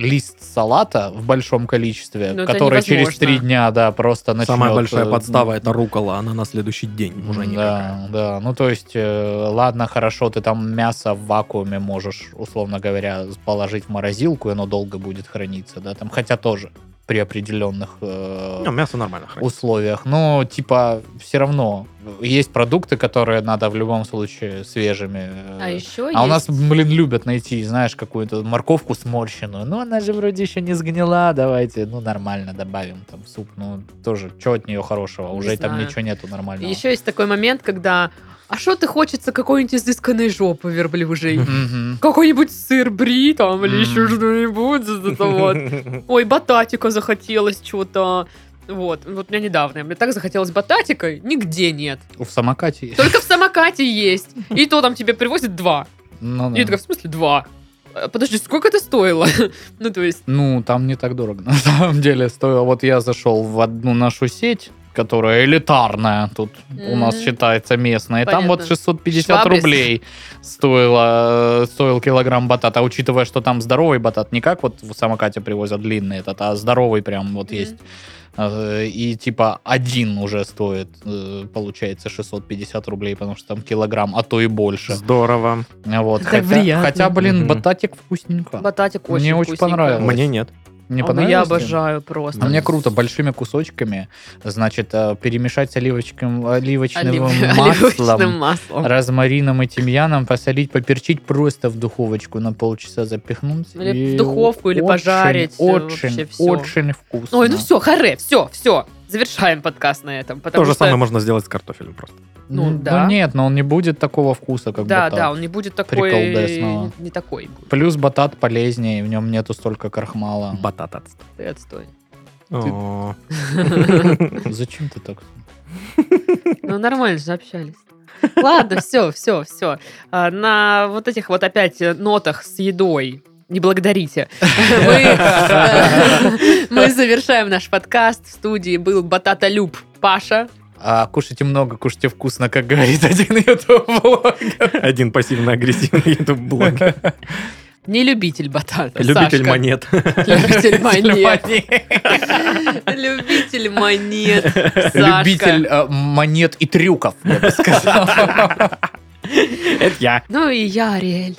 S2: лист салата в большом количестве,
S1: Ну, это
S2: который через
S1: невозможно.
S2: три дня, да, просто начнет...
S3: Самая большая
S2: э,
S3: подстава это рукола, она на следующий день уже никакая.
S2: да, да. Ну, то есть, э, ладно, хорошо, ты там мясо в вакууме можешь, условно говоря, положить в морозилку, и оно долго будет храниться, да, там, хотя тоже при определенных э,
S3: Не, Ну, мясо нормально хранится.
S2: условиях. Но, типа, все равно есть продукты, которые надо в любом случае свежими. э,
S1: А еще
S2: а у
S1: есть-
S2: нас, блин, любят найти, знаешь, какую-то морковку сморщенную. Ну, она же вроде еще не сгнила, давайте, ну, нормально добавим там в суп. Ну, тоже, что от нее хорошего?
S1: Не
S2: Уже там
S1: знаю.
S2: ничего нету нормального.
S1: Еще есть такой момент, когда... А что ты хочется какой-нибудь изысканной жопы верблюжей?
S2: Мгм.
S1: Какой-нибудь сыр бри там или
S2: М.
S1: еще что-нибудь. это вот. Ой, бататика захотелось что-то. Вот, вот мне недавно, мне так захотелось бататика, нигде нет.
S2: В самокате.
S1: Только в самокате есть. И то там тебе привозят два.
S2: Ну,
S1: И я
S2: да.
S1: такая, в смысле два? Э, Подожди, сколько это стоило? Ну, то есть,
S2: Ну, там не так дорого, на самом деле, стоило. Вот я зашел в одну нашу сеть, которая элитарная, тут у нас
S1: Мгм.
S2: считается местная. И там
S1: Понятно.
S2: вот 650
S1: Швабрис.
S2: рублей стоило, э, стоил килограмм батата. А учитывая, что там здоровый батат, не как вот в самокате привозят длинный этот, а здоровый прям вот
S1: Мгм.
S2: есть. Э, И типа один уже стоит, э, получается, 650 рублей, потому что там килограмм, а то и больше.
S3: Здорово.
S2: Вот.
S1: Так
S2: Хотя,
S1: приятно.
S2: хотя, блин,
S3: Мгм.
S2: бататик вкусненько.
S1: бататик очень
S2: Мне очень
S1: вкусненько.
S2: понравилось.
S3: Мне нет.
S2: Не
S1: А, ну,
S2: понравилось
S1: Я
S2: тебе?
S1: обожаю просто.
S2: А мне круто, большими кусочками, значит, э, перемешать с оливочком, оливочным
S1: Олив- оливочным
S2: маслом,
S1: маслом.
S2: розмарином и тимьяном, посолить, поперчить просто в духовочку на полчаса запихнуть.
S1: Или
S2: и
S1: в духовку, или
S2: очень,
S1: пожарить, э, вообще
S2: Очень,
S1: всё.
S2: очень вкусно.
S1: Ой, ну все, харе, все, все. Завершаем подкаст на этом. потому
S3: То же
S1: что-
S3: самое можно сделать с картофелем просто.
S1: ну да.
S2: нет, но он не будет такого вкуса, как
S1: Да,
S2: батат.
S1: да, он не будет такой...
S2: Приколдесного.
S1: Не такой будет.
S2: Плюс батат полезнее, в нем нету столько крахмала.
S3: Батат отстой.
S1: Ты отстой.
S3: О,
S2: Зачем ты так?
S1: Ну, нормально же общались. Ладно, все, все, все. А, На вот этих вот опять э, нотах с едой не благодарите. Мы, э, мы завершаем наш подкаст. В студии был Бататолюб Паша.
S2: А, кушайте много, кушайте вкусно, как говорит один ютуб-блогер.
S3: Один пассивно-агрессивный ютуб-блогер.
S1: Не любитель батата.
S3: Любитель
S1: Сашка.
S3: монет.
S1: Любитель монет.
S2: Монет.
S1: Любитель монет. Сашка.
S2: Любитель э, монет и трюков, я бы сказал.
S3: Это я.
S1: Ну и я, Ариэль.